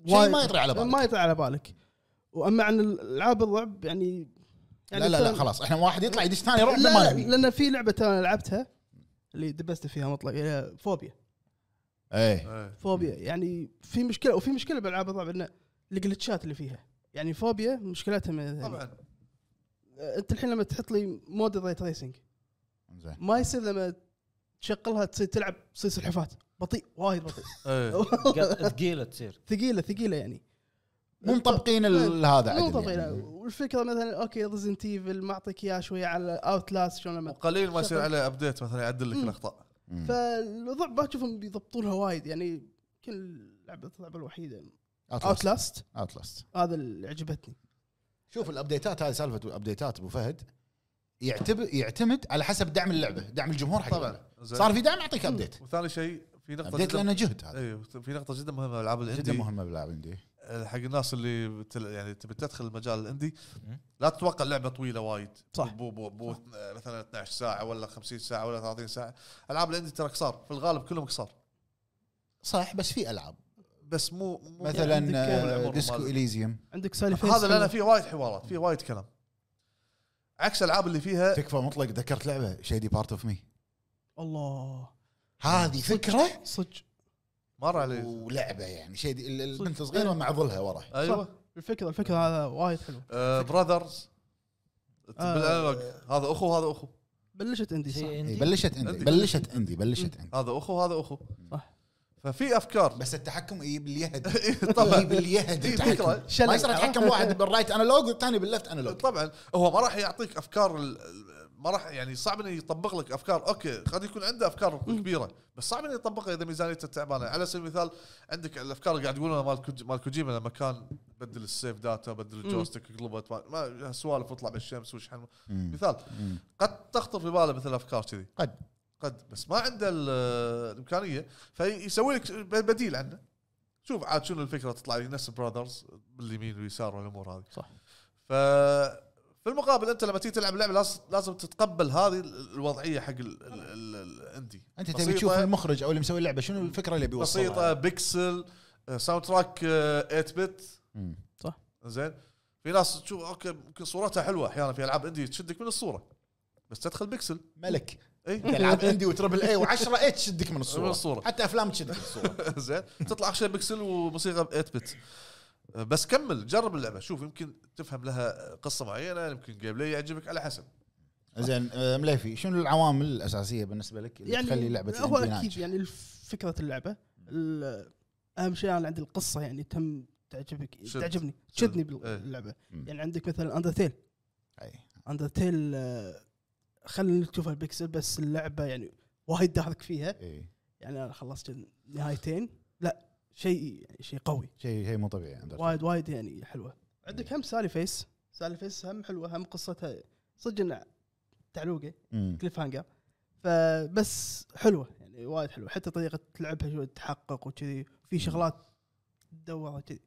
S3: شيء
S6: وايد-
S3: ما يطري على بالك.
S6: ما يطري على بالك واما عن الالعاب الرعب يعني
S3: لا لا لا
S6: مثلاً-
S3: خلاص احنا واحد يطلع يدش ثاني رعب ما
S6: لا
S3: نبي
S6: لان في لعبه انا لعبتها اللي دبست فيها مطلق هي فوبيا
S3: اي
S1: إيه.
S6: فوبيا يعني في مشكله وفي مشكله بالالعاب الرعب انه الجلتشات اللي فيها يعني فوبيا مشكلتها من طبعا
S1: طبعا
S6: آه، انت الحين لما تحط لي مود الري تريسنج
S3: زين
S6: ما يصير لما تشغلها تصير تلعب تصير سلحفات بطيء وايد بطيء
S1: إيه.
S4: ثقيله تصير
S6: ثقيله ثقيله يعني
S3: مو مطبقين ال- هذا
S6: إيه. مو
S3: عدل
S6: طبيعي
S3: يعني.
S6: والفكره مثلا اوكي ريزنت ايفل معطيك اياه شويه على اوت لاست شلون لما
S1: وقليل ما يصير عليه ابديت مثلا يعدل لك الاخطاء
S3: مم.
S6: فالوضع ما تشوفهم بيضبطونها وايد يعني يمكن لعبه اللعبه الوحيده اوت
S3: اوت لاست
S6: لاست
S3: اوت لاست
S6: هذا اللي عجبتني
S3: شوف الابديتات هذه سالفه الابديتات ابو فهد يعتب يعتمد على حسب دعم اللعبه دعم الجمهور حق
S1: طبعا
S3: اللعبة.
S1: طيب. زين.
S3: صار في دعم اعطيك ابديت
S1: وثاني شيء في نقطه
S3: ابديت لانه جهد هذا
S1: اي في نقطه جدا مهمه العاب
S3: جدا
S1: الاندي
S3: مهمه باللاعب عندي
S1: آه، حق الناس اللي بتل... يعني تبي تدخل المجال الاندي
S4: مم.
S1: لا تتوقع لعبه طويله وايد
S6: صح.
S1: بو بو بو مثلا 12 ساعه ولا 50 ساعه ولا 30 ساعه العاب الاندي ترى قصار في الغالب كلهم قصار
S3: صح بس في العاب
S1: بس مو, مو
S6: عندك-
S3: مثلا آه،
S1: العمر
S3: ديسكو
S1: مال-
S3: اليزيوم
S6: عندك سالي فيس
S1: هذا لان فيه وايد حوارات فيه وايد كلام عكس الالعاب اللي فيها
S3: تكفى مطلق ذكرت لعبه شيدي بارت اوف مي
S6: الله
S3: هذه فكره
S6: صدق
S1: مر علي
S3: ولعبه يعني شيدي ال- البنت
S6: صدق.
S3: صغيره مع ظلها ورا
S1: ايوه
S6: الفكره الفكره هذا وايد حلو
S1: براذرز
S6: آه.
S1: بالانالوج هذا اخو هذا اخو
S6: بلشت اندي صح
S4: شيء
S3: إي،
S4: عندي
S3: بلشت عندي
S1: عندي.
S3: بلشت عندي بلشت عندي
S1: هذا اخو هذا اخو
S6: صح.
S1: ففي افكار
S3: بس التحكم يجيب اليهد يجيب
S1: طبعا
S3: اليهد
S1: إي،
S3: التحكم.
S1: فكرة.
S3: ما
S6: شلل.
S3: يصير اتحكم واحد بالرايت انالوج والثاني باللفت انالوج
S1: طبعا هو ما راح يعطيك افكار ال- ال- ما راح يعني صعب انه يطبق لك افكار اوكي قد يكون عنده افكار كبيره بس صعب انه يطبقها اذا ميزانيته تعبانه على سبيل المثال عندك الافكار اللي قاعد يقولونها مال كوج- مال كوجيما لما كان بدل السيف داتا بدل الجوستيك قلبت ما- ما سوالف واطلع بالشمس وشحن مثال قد تخطر في باله مثل افكار كذي
S3: قد.
S1: قد بس ما عنده ال- الامكانيه فيسوي لك ب- بديل عنه شوف عاد شنو الفكره تطلع لي نفس براذرز باليمين واليسار والامور هذه
S6: صح.
S1: ف في المقابل انت لما تيجي تلعب لعبه لازم لازم تتقبل هذه ال- الوضعيه حق ال- ال- ال- الاندي
S3: انت تبي
S1: بسيطة-
S3: تشوف المخرج او اللي مسوي اللعبه شنو الفكره اللي بيوصلها
S1: بسيطه بيكسل آه، ساوند تراك آه، 8 بت
S3: مم.
S1: زين في ناس تشوف اوكي يمكن صورتها حلوه احيانا في العاب اندي تشدك من الصوره بس تدخل بيكسل إيه؟
S3: ملك
S1: اي
S3: العاب اندي وتربل اي و10 اي تشدك من
S1: من
S3: الصوره
S1: الصوره
S3: حتى افلام تشدك من الصوره
S1: زين تطلع شيء بكسل وموسيقى 8 بت بس كمل جرب اللعبه شوف يمكن تفهم لها قصه معينه يمكن جيم بلاي يعجبك على حسب
S3: زين آه، مليفي شنو العوامل الاساسيه بالنسبه لك اللي تخلي لعبه
S6: يعني هو
S3: الاندي
S6: اكيد
S3: ناجحه؟
S6: يعني الف- فكره اللعبه ال- اهم شيء انا عندي القصه يعني تم تعجبك
S1: شد.
S6: تعجبني
S1: شد.
S6: تشدني
S1: إيه.
S6: باللعبه
S3: مم.
S6: يعني عندك مثلا اندرتيل
S3: أي.
S6: اندرتيل آه، خلينا نشوف البكسل بس اللعبه يعني وايد داهرك فيها
S3: إي.
S6: يعني انا خلصت نهايتين لا شيء يعني شيء قوي
S3: شيء شيء مو طبيعي عندك.
S6: وايد وايد يعني حلوه
S3: إيه.
S6: عندك هم سالي فيس سالي فيس هم حلوه هم قصتها صدق انها تعلوقه
S3: مم.
S6: كليف هانجر فبس حلوه يعني وايد حلوه حتى طريقه لعبها شوي تحقق وكذي في شغلات تدور وكذي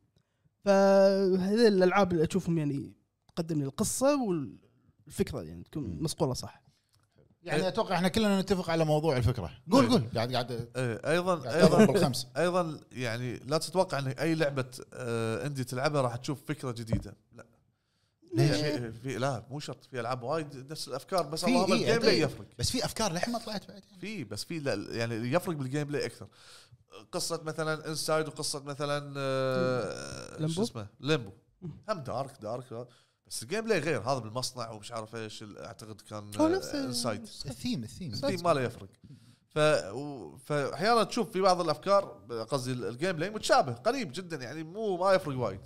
S6: فهذه الالعاب اللي اشوفهم يعني تقدم لي القصه والفكره يعني تكون مصقوله صح
S3: يعني اتوقع احنا كلنا نتفق على موضوع طيب. الفكره قول
S1: إي.
S3: قول قاعد قاعد
S1: إيه، ايضا
S3: قاعد اضرب
S1: ايضا
S3: بالخمس
S1: ايضا يعني لا تتوقع ان اي لعبه آه، اندي تلعبها راح تشوف فكره جديده لا يعني
S3: ليش؟
S1: في- في لا مو شرط في العاب وايد نفس الافكار بس
S3: في
S1: اللهم
S3: إيه،
S1: الجيم بلاي
S3: أدري.
S1: يفرق
S3: بس في افكار للحين ما طلعت بعد يعني.
S1: في بس في لا- يعني يفرق بالجيم بلاي اكثر قصه مثلا انسايد وقصه مثلا آه، شو
S6: لمبو؟
S1: اسمه ليمبو هم دارك دارك دارك. بس الجيم بلاي غير هذا بالمصنع ومش عارف ايش ال- اعتقد كان آه،
S6: هو نفس
S1: انسايد
S3: الثيم الثيم
S1: الثيم ماله يفرق ف و- فاحيانا تشوف في بعض الافكار قصدي ال- الجيم بلاي متشابه قريب جدا يعني مو ما يفرق وايد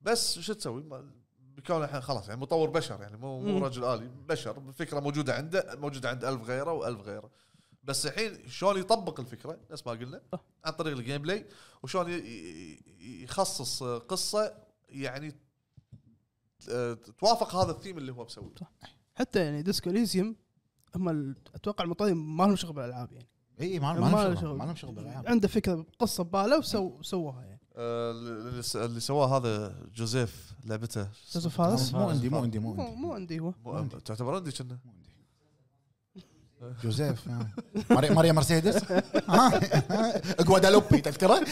S1: بس شو تسوي؟ ما- بكون الحين خلاص يعني مطور بشر يعني مو مو
S6: مم.
S1: رجل الي بشر فكره موجوده عنده موجوده عند ألف غيره وألف غيره بس الحين شلون يطبق الفكره نفس ما قلنا عن طريق الجيم بلاي وشلون ي- ي- يخصص قصه يعني آه، توافق هذا الثيم اللي هو مسويه
S6: حتى يعني ديسكو اليزيوم هم ال- اتوقع المطورين ما لهم شغل بالالعاب يعني
S3: اي إيه، ما ما لهم شغل ما لهم شغل بالالعاب
S6: عنده فكره قصه بباله وسو سووها يعني
S1: آه، اللي س- اللي سواه هذا جوزيف لعبته
S6: جوزيف فارس
S3: مو عندي مو عندي مو
S6: مو
S3: عندي
S6: مو عندي هو
S1: مو- تعتبر عندي كنا
S3: مو عندي. جوزيف آه. ماري ماريا مرسيدس ها؟ جوادالوبي تذكره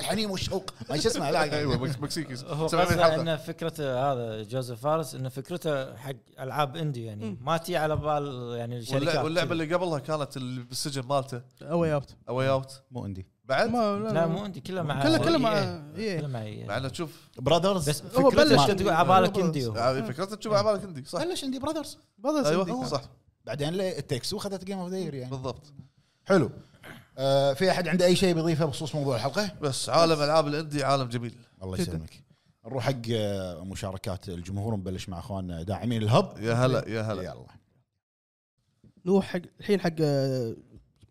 S3: الحنين والشوق ما شو اسمه لا يعني.
S1: ايوه مكس- مكسيكي
S4: هو
S1: 700
S4: قصده
S1: حلقه
S4: ان فكرته هذا جوزيف فارس ان فكرته حق العاب اندي يعني
S6: مم.
S4: ما تي على بال يعني
S1: واللع-
S4: الشركات
S1: واللعبه اللي قبلها كانت اللي بالسجن مالته
S6: اواي اوت
S1: اواي اوت
S3: مو عندي
S1: بعد
S6: ما
S4: لا مو اندي كلها مع
S6: كله كله مع
S4: EA.
S6: إيه.
S4: كلها مع EA.
S1: مع انه تشوف
S3: برادرز
S4: بس
S3: بس
S6: هو بلش أيوة.
S4: فكرته انت تقول على بالك
S6: بالضبط.
S4: اندي هو.
S1: فكرتها يعني تشوف على بالك عندي صح
S3: بلش عندي برادرز
S6: بدل
S4: أيوة.
S1: ايوه صح
S3: بعدين ليه التكسو اخذت جيم اوف ذا يير يعني
S1: بالضبط
S3: حلو آه في احد عنده اي شيء بيضيفه بخصوص موضوع الحلقه؟
S1: بس عالم العاب الاندي عالم جميل
S3: الله
S6: جداً.
S3: يسلمك نروح حق آه، مشاركات الجمهور نبلش مع اخواننا داعمين الهب
S1: يا هلا يا هلا
S3: يلا
S6: نروح حق الحين حق آه،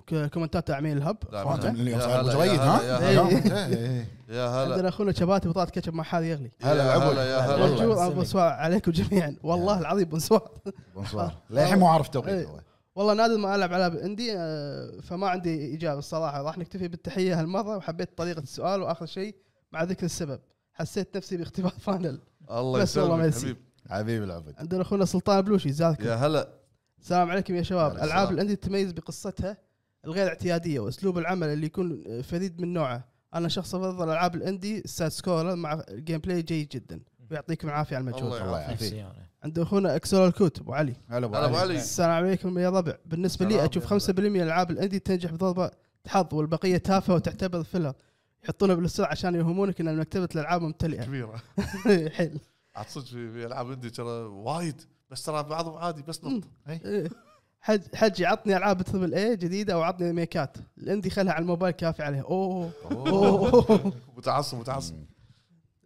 S6: ك- كومنتات عميل الهب
S1: داعمين
S3: أخواننا
S1: الهب.
S6: أخواننا.
S3: اللي
S1: يا
S3: صاير
S1: هلا، يا
S3: متغير
S1: هلا،
S3: ها؟
S6: يا هلا.
S3: إيه.
S1: يا هلا
S6: عندنا اخونا شباتي بطاطا كاتشب مع حال يغلي
S3: هلا
S1: يا
S3: عبود.
S1: هلا يا
S3: والله.
S1: هلا
S6: رجوع ابو سواع عليكم جميعا والله العظيم بنسوع
S3: بونسوار
S1: أه.
S3: للحين مو عارف توقيت
S6: إيه.
S3: هو
S6: والله نادر ما العب العاب اندي آه، فما عندي اجابه الصراحه راح نكتفي بالتحيه هالمره وحبيت طريقه السؤال واخر شيء مع ذكر السبب حسيت نفسي باختبار فانل
S1: الله
S6: بس والله ما
S1: يسلمك
S6: يصير.
S1: حبيب
S3: حبيب العبد
S6: عندنا اخونا سلطان بلوشي زادكم
S1: يا هلا
S6: السلام عليكم يا شباب
S1: عليكم
S6: العاب
S1: السلام.
S6: الاندي تتميز بقصتها الغير اعتياديه واسلوب العمل اللي يكون آه، فريد من نوعه انا شخص افضل العاب الاندي الساد سكولر مع جيم بلاي جيد جدا ويعطيكم العافيه على المجهود
S1: الله
S3: الله
S4: نفسي
S3: يعافيك
S4: يعني.
S6: عند اخونا اكسول الكوت ابو علي
S3: هلا ابو
S1: هلا ابو
S3: علي
S1: علي
S6: السلام عليكم يا ربع بالنسبه لي
S1: سلام يا
S6: اشوف
S1: ربع.
S6: 5% من العاب الاندي تنجح بضربه حظ والبقيه تافهه وتعتبر فيلر يحطونها بالسرعه عشان يوهمونك ان مكتبه الالعاب ممتلئه
S1: كبيره
S6: حلو
S1: عاد صدق في في العاب اندي ترى وايد بس ترى بعضهم عادي بس نط
S6: إيه. حج حجي عطني العاب تربل اي جديده وعطني ميكات الاندي خلها على الموبايل كافي عليها اوه أوه.
S1: متعصب متعصب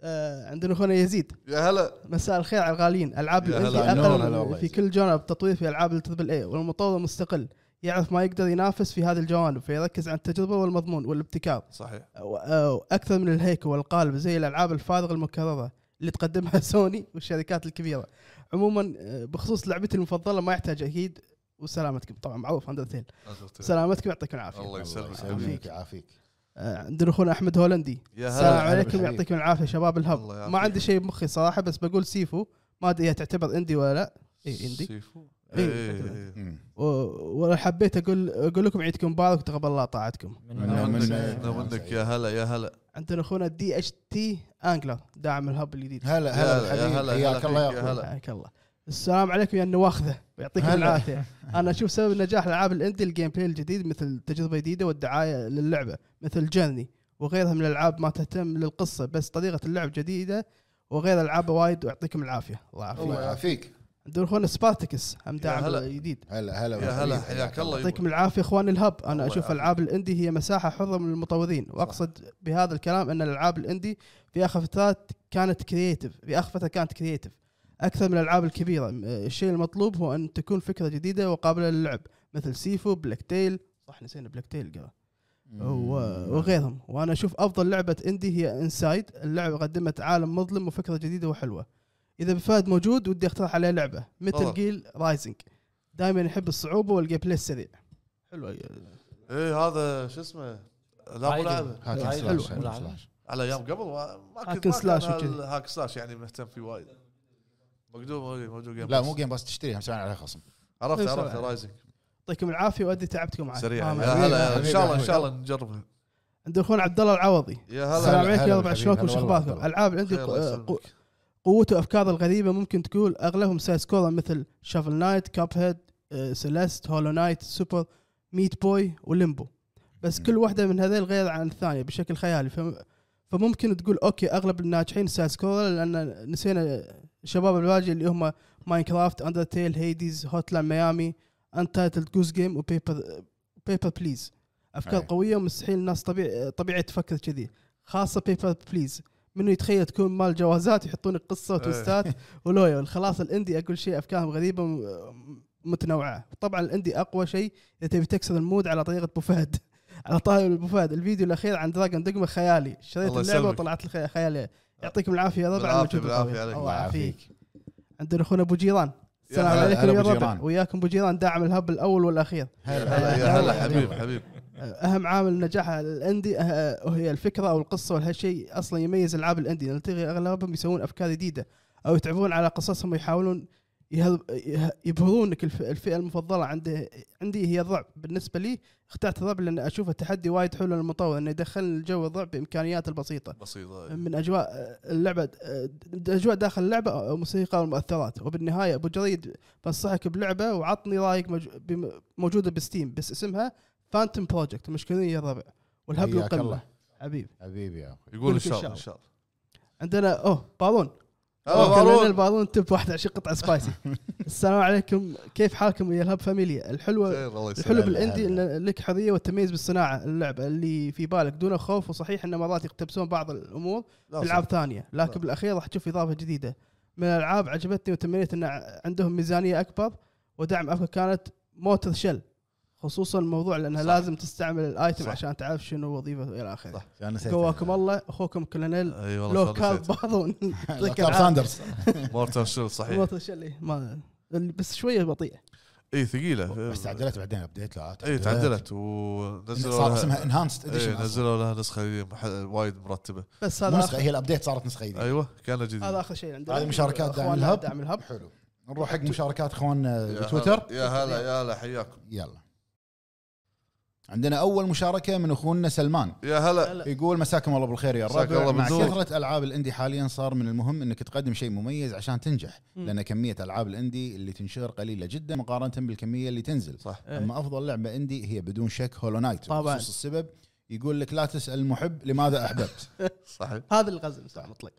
S6: آه، عندنا اخونا يزيد
S1: يا هلا
S6: مساء الخير على الغاليين العاب
S1: يا هلا
S6: الاندي
S3: بالنور، هلا
S6: اقل
S3: والله
S6: في
S3: يزيد.
S6: كل جانب تطوير في العاب التربل اي والمطور مستقل يعرف ما يقدر ينافس في هذه الجوانب فيركز على التجربه والمضمون والابتكار
S1: صحيح
S6: و- آه، واكثر من الهيكل والقالب زي الالعاب الفارغه المكرره اللي تقدمها سوني والشركات الكبيره عموما آه، بخصوص لعبتي المفضله ما يحتاج اكيد وسلامتكم طبعا معروف اندرتيل سلامتكم يعطيكم العافيه
S1: الله يسلمك
S3: الله
S1: حبيبي.
S3: يسلمك يعافيك
S6: آه، عندنا اخونا احمد هولندي
S1: يا
S6: السلام
S1: هلا
S3: هلا
S6: عليكم
S3: بالحبيب.
S6: يعطيكم العافيه شباب
S1: الله
S6: الهب
S1: يعافيك.
S6: ما عندي شيء بمخي صراحه بس بقول سيفو ما ادري هي تعتبر اندي ولا لا اي اندي
S1: سيفو.
S6: إيه.
S1: إيه.
S3: مم.
S6: و- ولا حبيت اقول اقول لكم عيدكم مبارك وتقبل الله طاعتكم
S3: أنا
S1: أنا
S4: يعني من يعني
S3: من-
S1: منك
S3: منك.
S1: أنا منك يا هلا يا هلا
S6: عندنا اخونا دي اتش تي انجلر داعم الهب الجديد
S3: هلا
S1: يا هلا،
S3: هلا
S1: يا
S3: الحبيب
S1: هلا،
S3: حياك
S1: هلا
S3: الله يا
S1: فيك، يا
S3: اخوي
S1: هلا.
S6: حياك الله السلام عليكم يا النواخذه ويعطيكم
S3: هلا.
S6: العافيه انا اشوف سبب نجاح العاب الاندي الجيم بلاي الجديد مثل تجربه جديده والدعايه للعبه مثل جيرني وغيرها من الالعاب ما تهتم للقصه بس طريقه اللعب جديده وغير العاب وايد ويعطيكم العافيه الله
S3: الله
S6: يعافيك
S3: يعافيك
S6: عندنا اخونا سبارتكس هم
S1: هلا.
S6: داعم جديد
S3: هلا هلا
S1: يا
S3: بالحبيب،
S1: هلا حياك الله
S6: يعطيكم
S1: يبا.
S6: العافيه اخواني الهب
S1: طيب. الله
S6: انا اشوف
S1: يعافيك.
S6: العاب الاندي هي مساحه حره من المطورين واقصد بهذا الكلام ان الالعاب الاندي في اخر فترات كانت كرييتيف في اخر فتره كانت كرييتيف اكثر من الالعاب الكبيره م- الشيء المطلوب هو ان تكون فكره جديده وقابله للعب مثل سيفو بلاك تيل صح نسينا بلاك تيل قبل و- وغيرهم وانا اشوف افضل لعبه اندي هي انسايد اللعبه قدمت عالم مظلم وفكره جديده وحلوه اذا بفهد موجود ودي اقترح عليه لعبه مثل
S1: تفضل.
S6: جيل رايزنج دائما يحب الصعوبه والجيم بلاي السريع حلوه
S1: ايه هذا شو اسمه لا مو
S4: عادي.
S1: لعبه
S3: هاك
S4: حلو.
S3: سلاش، هاك
S4: حلو.
S3: سلاش.
S1: على ايام قبل ما- ما
S6: هاك
S1: كنت ما
S6: سلاش
S1: كان
S6: وكذي.
S1: هاك سلاش يعني مهتم فيه وايد مقدوم موجود- موجود جيم
S3: لا
S1: باس.
S3: مو جيم باس تشتريها مسوي عليها خصم
S1: عرفت
S6: إيه،
S1: عرفت
S6: سريع.
S1: رايزنج
S6: يعطيكم العافيه وادي تعبتكم معي
S1: سريع يعني. يا
S6: آمين.
S1: هلا ان
S3: حبيبي،
S1: شاء الله ان
S3: حبيبي.
S1: شاء الله نجربها
S6: عند اخونا عبد الله العوضي
S1: يا
S6: السلام
S1: هلا
S3: هلا،
S6: عليكم يا
S3: هلا
S6: ربع
S3: بالحبيب،
S6: شلونكم
S3: هلا
S6: وش
S3: والله،
S6: اخباركم؟
S3: هلا.
S6: العاب عندي
S1: خير، الله
S6: آه،
S1: يسلمك.
S6: قو- قوة وافكار الغريبه ممكن تقول اغلبهم سايد سكولر مثل شافل نايت كاب هيد سيليست هولو نايت سوبر ميت بوي وليمبو بس
S3: مم.
S6: كل واحده من هذيل غير عن الثانيه بشكل خيالي فم فممكن تقول اوكي اغلب الناجحين سايد سكولر لان نسينا الشباب الباقي اللي هم ماينكرافت اندرتيل هيديز هوتلاين ميامي انتايتلد جوز جيم وبيبر بيبر بليز افكار
S3: أي.
S6: قويه ومستحيل الناس طبيعي طبيعي تفكر كذي خاصه بيبر بليز منو يتخيل تكون مال جوازات يحطون قصه وتوستات ولويال خلاص الاندي اقول شيء افكارهم غريبه م- متنوعه طبعا الاندي اقوى شيء اذا تبي تكسر المود على طريقه ابو فهد على طاري ابو فهد الفيديو الاخير عن دراجون دوجما خيالي شريت
S1: الله
S6: اللعبه
S1: يسلمك. آه.
S6: وطلعت لي خياليه يعطيكم العافيه يا ربع على
S1: بالعافية،
S6: المجهود
S1: بالعافية
S6: الطويل.
S1: عليك.
S6: الله
S3: الله
S6: يعافيك
S3: يعافيك
S6: عندنا اخونا ابو جيران السلام
S1: هلا،
S6: عليكم
S3: هلا
S6: يا
S3: أبو
S6: ربع
S3: جيران.
S6: وياكم ابو جيران داعم الهب الاول والاخير
S1: هلا يا هلا حبيب حبيب
S6: اهم عامل نجاح الاندي أه- هي الفكره او القصه وهالشيء اصلا يميز العاب الاندي لان تلقى اغلبهم يسوون افكار جديده او يتعبون على قصصهم ويحاولون يهل- يه- يبهرون لك الف- الفئه المفضله عندي عندي هي الرعب بالنسبه لي اخترت الرعب لان اشوفه تحدي وايد حلو للمطور انه يدخل جو الرعب بامكانياته البسيطه
S1: بسيطه
S6: من اجواء اللعبه اجواء داخل اللعبه موسيقى والمؤثرات وبالنهايه ابو جريد بنصحك بلعبه وعطني رايك مج- بم- موجوده بستيم بس اسمها فانتوم بروجكت مشكورين يا الربع والهب
S3: حياك
S6: والقمه
S3: الله.
S6: حبيبي
S3: حبيبي يا اخوي
S1: يقول ان
S6: لك
S1: شاء
S6: إن شاء
S1: الله ان شاء الله
S6: عندنا اوه بارون
S1: هلا
S6: كلنا
S1: بارون
S6: البارون تب 21 قطعه سبايسي السلام عليكم كيف حالكم يا الهب فاميليا الحلوه
S1: خير إيه، الله يسلمك
S6: الحلو
S3: هلا،
S6: بالاندي
S3: هلا.
S6: ان لك حريه والتميز بالصناعه اللعبه اللي في بالك دون خوف وصحيح ان مرات يقتبسون بعض الامور
S1: لا،
S6: العاب
S1: صح.
S6: ثانيه لكن
S1: صح.
S6: بالاخير راح تشوف اضافه جديده من الالعاب عجبتني وتمنيت ان ع- عندهم ميزانيه اكبر ودعم اكبر كانت موتر شل خصوصا الموضوع لانها
S1: صح.
S6: لازم تستعمل الايتم
S1: صح.
S6: عشان تعرف شنو وظيفه الى اخره
S1: صح.
S3: أنا نسيت
S6: قواكم الله اخوكم كولونيل
S1: اي
S6: لو
S1: إيه، والله
S6: كان
S1: شلون
S6: بارون
S3: لو كان ساندرز
S1: نسيت. مورتن شيل صحيح
S6: موتر شل إيه، ما اللي- بس شويه بطيئه
S1: اي ثقيله
S3: بس تعدلت بعدين ابديت لها
S1: اي إيه، تعدلت
S3: صار
S1: إيه. ونزلوا
S3: اسمها
S1: لها
S3: انهانسد
S1: إيه،
S3: اديشن
S1: نزلوا لها نسخه مح- وايد مرتبه
S6: بس هذا
S3: نسخه
S6: آخر-
S3: هي الابديت صارت نسخه جديده
S1: ايوه كانها
S6: هذا
S1: جديده
S6: اخر شيء عندنا
S3: هذه مشاركات دعم
S6: أخواننا
S3: الهب
S6: دعم الهب
S3: حلو نروح حق مشاركات آه، اخواننا بتويتر
S1: يا هلا يا هلا حياكم
S3: يلا عندنا اول مشاركه من اخونا سلمان
S1: يا هلا
S6: هلا.
S3: يقول مساكم الله بالخير يا
S1: مساك الله
S3: الربع مع
S1: بالنور.
S3: كثرة ألعاب الاندي حاليا صار من المهم أنك تقدم شيء مميز عشان تنجح
S6: مم.
S3: لأن كمية ألعاب الاندي اللي تنشهر قليلة جدا مقارنة بالكمية اللي تنزل
S1: صح
S6: إيه.
S3: أما أفضل لعبة اندي هي بدون شك هولو نايت
S6: طبعاً.
S3: بخصوص السبب يقول لك لا تسأل المحب لماذا أحببت
S1: صحيح
S6: هذا الغزل صح مطلق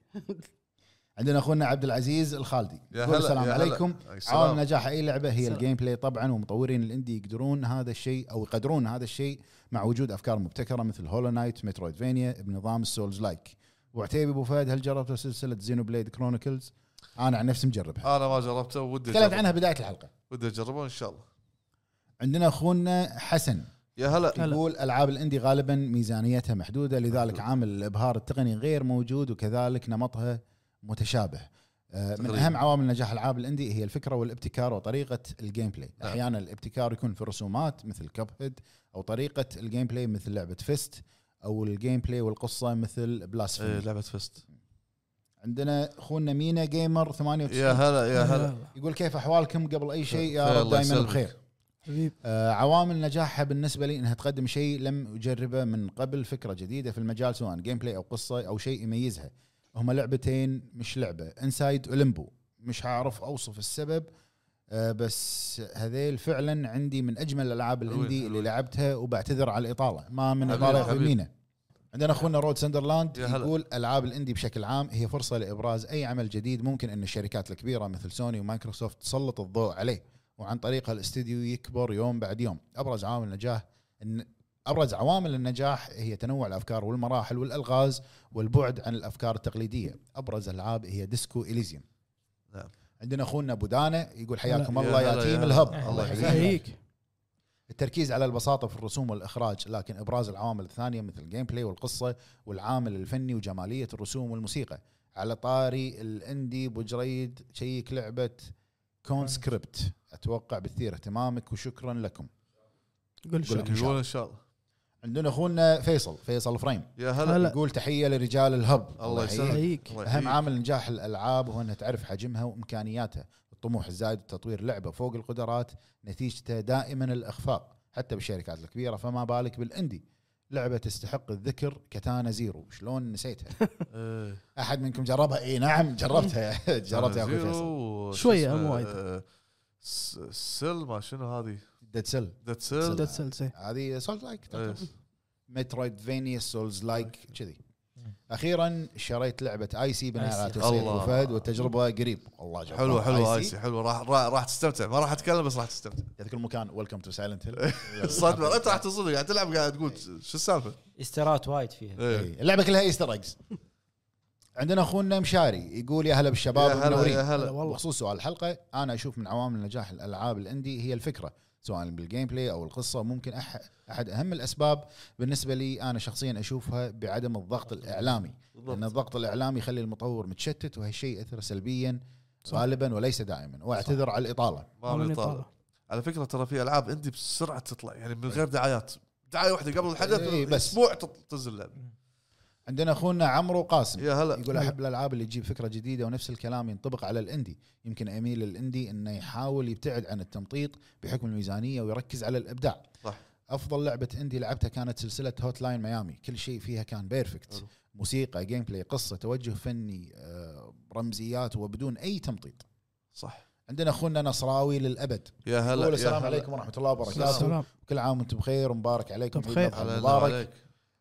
S3: عندنا أخونا عبد العزيز الخالدي
S1: يا
S3: يقول
S1: هلا،
S3: السلام
S1: يا هلا.
S3: عليكم
S1: السلام.
S3: عوامل نجاح أي لعبة هي
S6: السلام.
S3: الجيم بلاي طبعا ومطورين الاندي يقدرون هذا الشيء أو يقدرون هذا الشيء مع وجود أفكار مبتكرة مثل هولو نايت مترويد فينيا بنظام السولز لايك وعتيبي ابو فهد هل جربتوا سلسله زينو بليد كرونيكلز؟ انا عن نفسي مجربها
S1: انا ما جربته ودي
S3: تكلمت
S1: أجربه.
S3: عنها بدايه الحلقه
S1: ودي اجربه ان شاء الله
S3: عندنا اخونا حسن
S1: يا هلا
S6: هلا.
S3: يقول العاب الاندي غالبا ميزانيتها محدوده لذلك عامل الابهار التقني غير موجود وكذلك نمطها متشابه آه، من
S1: تقريباً.
S3: اهم عوامل نجاح العاب الاندي هي الفكره والابتكار وطريقه الجيم بلاي
S1: نعم.
S3: احيانا الابتكار يكون في الرسومات مثل كب هيد او طريقه الجيم بلاي مثل لعبه فيست او الجيم بلاي والقصه مثل
S1: إيه،
S3: بلاسفيمي
S1: لعبه فست
S3: عندنا اخونا مينا جيمر
S1: يا
S3: 98
S1: هلا يا هلا
S3: يقول كيف احوالكم قبل اي شيء
S1: خير،
S3: يا رب
S1: الله
S3: دائما
S1: يسلمك.
S3: بخير
S6: حبيبي
S3: آه، عوامل نجاحها بالنسبه لي انها تقدم شيء لم اجربه من قبل فكره جديده في المجال سواء جيم بلاي او قصه او شيء يميزها هما لعبتين مش لعبه انسايد اولمبو مش هعرف اوصف السبب آه، بس هذيل فعلا عندي من اجمل الالعاب
S1: حلوين،
S3: الاندي اللي
S1: حلوين.
S3: لعبتها وبعتذر على الاطاله ما من
S1: حبيبي،
S3: اطاله في
S1: حبيبي.
S3: مينا عندنا اخونا رود سندرلاند
S1: يا هلا.
S3: يقول العاب الاندي بشكل عام هي فرصه لابراز اي عمل جديد ممكن ان الشركات الكبيره مثل سوني ومايكروسوفت تسلط الضوء عليه وعن طريقها الاستديو يكبر يوم بعد يوم ابرز عوامل النجاح إن ابرز عوامل النجاح هي تنوع الافكار والمراحل والالغاز والبعد عن الافكار التقليديه ابرز الالعاب هي ديسكو اليزيوم
S1: نعم.
S3: عندنا اخونا ابو دانا يقول حياكم
S1: هلا.
S3: الله
S1: يا
S3: يا
S1: هلا، يا
S3: تيم
S1: هلا.
S3: الهب
S1: الله
S3: الله
S1: يحييك.
S3: يحييك
S6: يحييك
S3: التركيز على البساطه في الرسوم والاخراج لكن ابراز العوامل الثانيه مثل الجيم بلاي والقصه والعامل الفني وجماليه الرسوم والموسيقى على طاري الاندي أبو جريد شيك لعبه كونسكريبت اتوقع بتثير اهتمامك وشكرا لكم
S6: قول شو
S3: إن شاء
S1: يقول
S3: الله.
S1: ان شاء الله
S3: عندنا اخونا فيصل فيصل فريم
S1: يا هلا
S6: هلا.
S3: يقول تحيه لرجال الهب
S1: الله يسلمك
S6: يحييك
S1: الله يحييك.
S3: اهم عامل نجاح الالعاب هو انها تعرف حجمها وامكانياتها الطموح الزايد وتطوير لعبه فوق القدرات نتيجته دائما الاخفاق حتى بالشركات الكبيره فما بالك بالاندي لعبه تستحق الذكر كتانا زيرو شلون نسيتها
S1: إيه.
S3: احد منكم جربها اي نعم جربتها جربتها يا اخوي
S1: زيرو وش
S3: فيصل
S6: شوية،
S1: اسمه،
S6: مو وايد.
S1: آه، س- سيل ما شنو هذه
S3: ديد سيل
S1: ذات سيل
S6: Dead Cells، إيه.
S3: هذه سولز لايك
S1: إيه.
S3: مترويد فينيا سولز لايك كذي اخيرا شريت لعبه اي سي بناء على
S4: IC.
S3: توصية
S1: الله.
S3: ابو فهد والتجربه قريب والله جبار.
S1: حلوه حلوه
S3: IC.
S1: ايسي حلوه راح راح راح تستمتع ما راح اتكلم بس راح تستمتع
S3: يذكر المكان ويلكم تو سايلنت هيل
S1: صدمه انت راح تصدق قاعد تلعب قاعد تقول شو السالفه؟
S4: استرات وايد فيها
S1: إيه.
S3: إيه، اللعبه كلها ايستر ايجز عندنا اخونا مشاري يقول يا هلا بالشباب
S1: يا هلا يا
S3: المنورين
S1: هلا
S3: بخصوص سؤال الحلقه انا اشوف من عوامل نجاح الالعاب الاندي هي الفكره سواء بالجيم بلاي او القصه ممكن أح احد اهم الاسباب بالنسبه لي انا شخصيا اشوفها بعدم الضغط الاعلامي ان
S1: بالضبط.
S3: الضغط الاعلامي يخلي المطور متشتت وهالشيء ياثر سلبيا غالبا وليس دائما واعتذر على الاطاله
S1: ما من يطالع. على فكره ترى في العاب عندي بسرعه تطلع يعني من غير دعايات دعايه واحده قبل الحدث
S3: إيه، بس.
S1: اسبوع تط- تنزل اللعبه
S3: عندنا اخونا عمرو قاسم
S1: يا هلا
S3: يقول احب الالعاب اللي تجيب فكره جديده ونفس الكلام ينطبق على الاندي يمكن اميل للاندي انه يحاول يبتعد عن التمطيط بحكم الميزانيه ويركز على الابداع
S1: صح.
S3: افضل لعبه اندي لعبتها كانت سلسله هوت لاين ميامي كل شيء فيها كان بيرفكت
S1: حلو.
S3: موسيقى جيم بلاي قصه توجه فني آه، رمزيات وبدون اي تمطيط
S1: إيه، صح
S3: عندنا اخونا نصراوي للابد
S1: يا هلا
S3: يقول
S1: يا
S3: السلام
S1: هلا.
S3: عليكم ورحمه الله وبركاته
S6: السلام
S3: كل عام وانتم بخير ومبارك عليكم
S6: طب
S3: عيد
S6: خير.
S3: الأضحى
S1: على الله
S3: مبارك
S1: عليك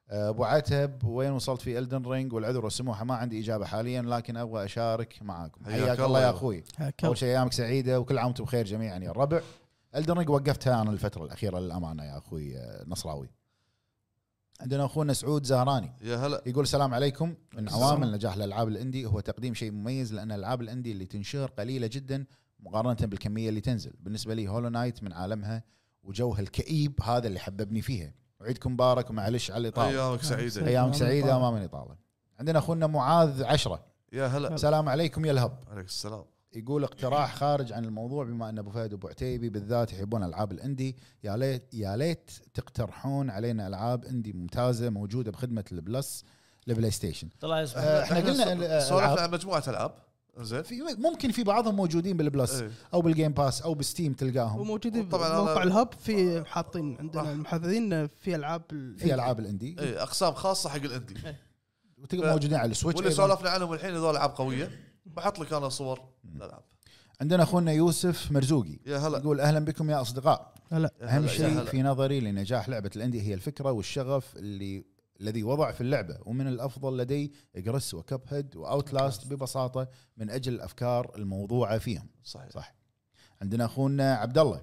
S3: ابو آه، عتب وين وصلت في الدن رينج والعذر والسموحه ما عندي اجابه حاليا لكن ابغى اشارك معاكم
S1: حياك
S3: حياك الله
S1: الله
S3: يا
S1: يا
S3: اخوي
S6: هاكر.
S3: اول شيء ايامك سعيده وكل عام وانتم بخير جميعا يا الربع الدن رينج وقفتها انا الفتره الاخيره للامانه يا اخوي آه، نصراوي عندنا اخونا سعود زهراني
S1: يا هلا
S3: يقول السلام عليكم من
S1: السلام.
S3: عوامل نجاح الالعاب الاندي هو تقديم شيء مميز لان الالعاب الاندي اللي تنشهر قليله جدا مقارنه بالكميه اللي تنزل بالنسبه لي هولو نايت من عالمها وجوها الكئيب هذا اللي حببني فيها وعيدكم مبارك ومعلش على الاطاله
S1: ايامك سعيده
S3: ايامك
S6: أمام
S3: سعيده
S6: الإطالة.
S3: امام الاطاله عندنا اخونا معاذ عشرة
S1: يا هلا
S3: السلام عليكم يا الهب
S1: عليك السلام
S3: يقول اقتراح خارج عن الموضوع بما ان ابو فهد وابو عتيبي بالذات يحبون العاب الاندي يا ليت يا ليت تقترحون علينا العاب اندي ممتازه موجوده بخدمه البلس لبلاي ستيشن
S4: طلع يصبح
S3: آه، احنا قلنا
S1: سو-
S3: ال-
S1: سولفنا
S3: الألعاب.
S1: عن مجموعه العاب زين
S3: في ممكن في بعضهم موجودين بالبلس
S1: إيه.
S3: او بالجيم باس او بالستيم تلقاهم
S6: وموجودين
S1: طبعاً أنا-
S6: بموقع الهب في حاطين
S1: راح.
S6: عندنا المحددين في العاب ال-
S3: آه. في العاب الاندي
S1: اي اقسام خاصه إيه، حق الاندي
S3: إيه. وتلقى موجودين على
S1: واللي
S3: السويتش أيضاً.
S1: سولفنا عنهم الحين هذول العاب قويه بحط لك انا صور الالعاب
S3: عندنا اخونا يوسف مرزوقي
S1: يا هلا
S3: يقول اهلا بكم يا اصدقاء
S6: هلا
S1: يا هلا،
S3: اهم
S1: يا
S3: شيء
S1: هلا.
S3: في نظري لنجاح لعبه الاندي هي الفكره والشغف اللي الذي وضع في اللعبه ومن الافضل لدي جرس وكب هيد واوتلاست ببساطه من اجل الافكار الموضوعه فيهم
S1: صحيح
S3: صح عندنا اخونا عبد الله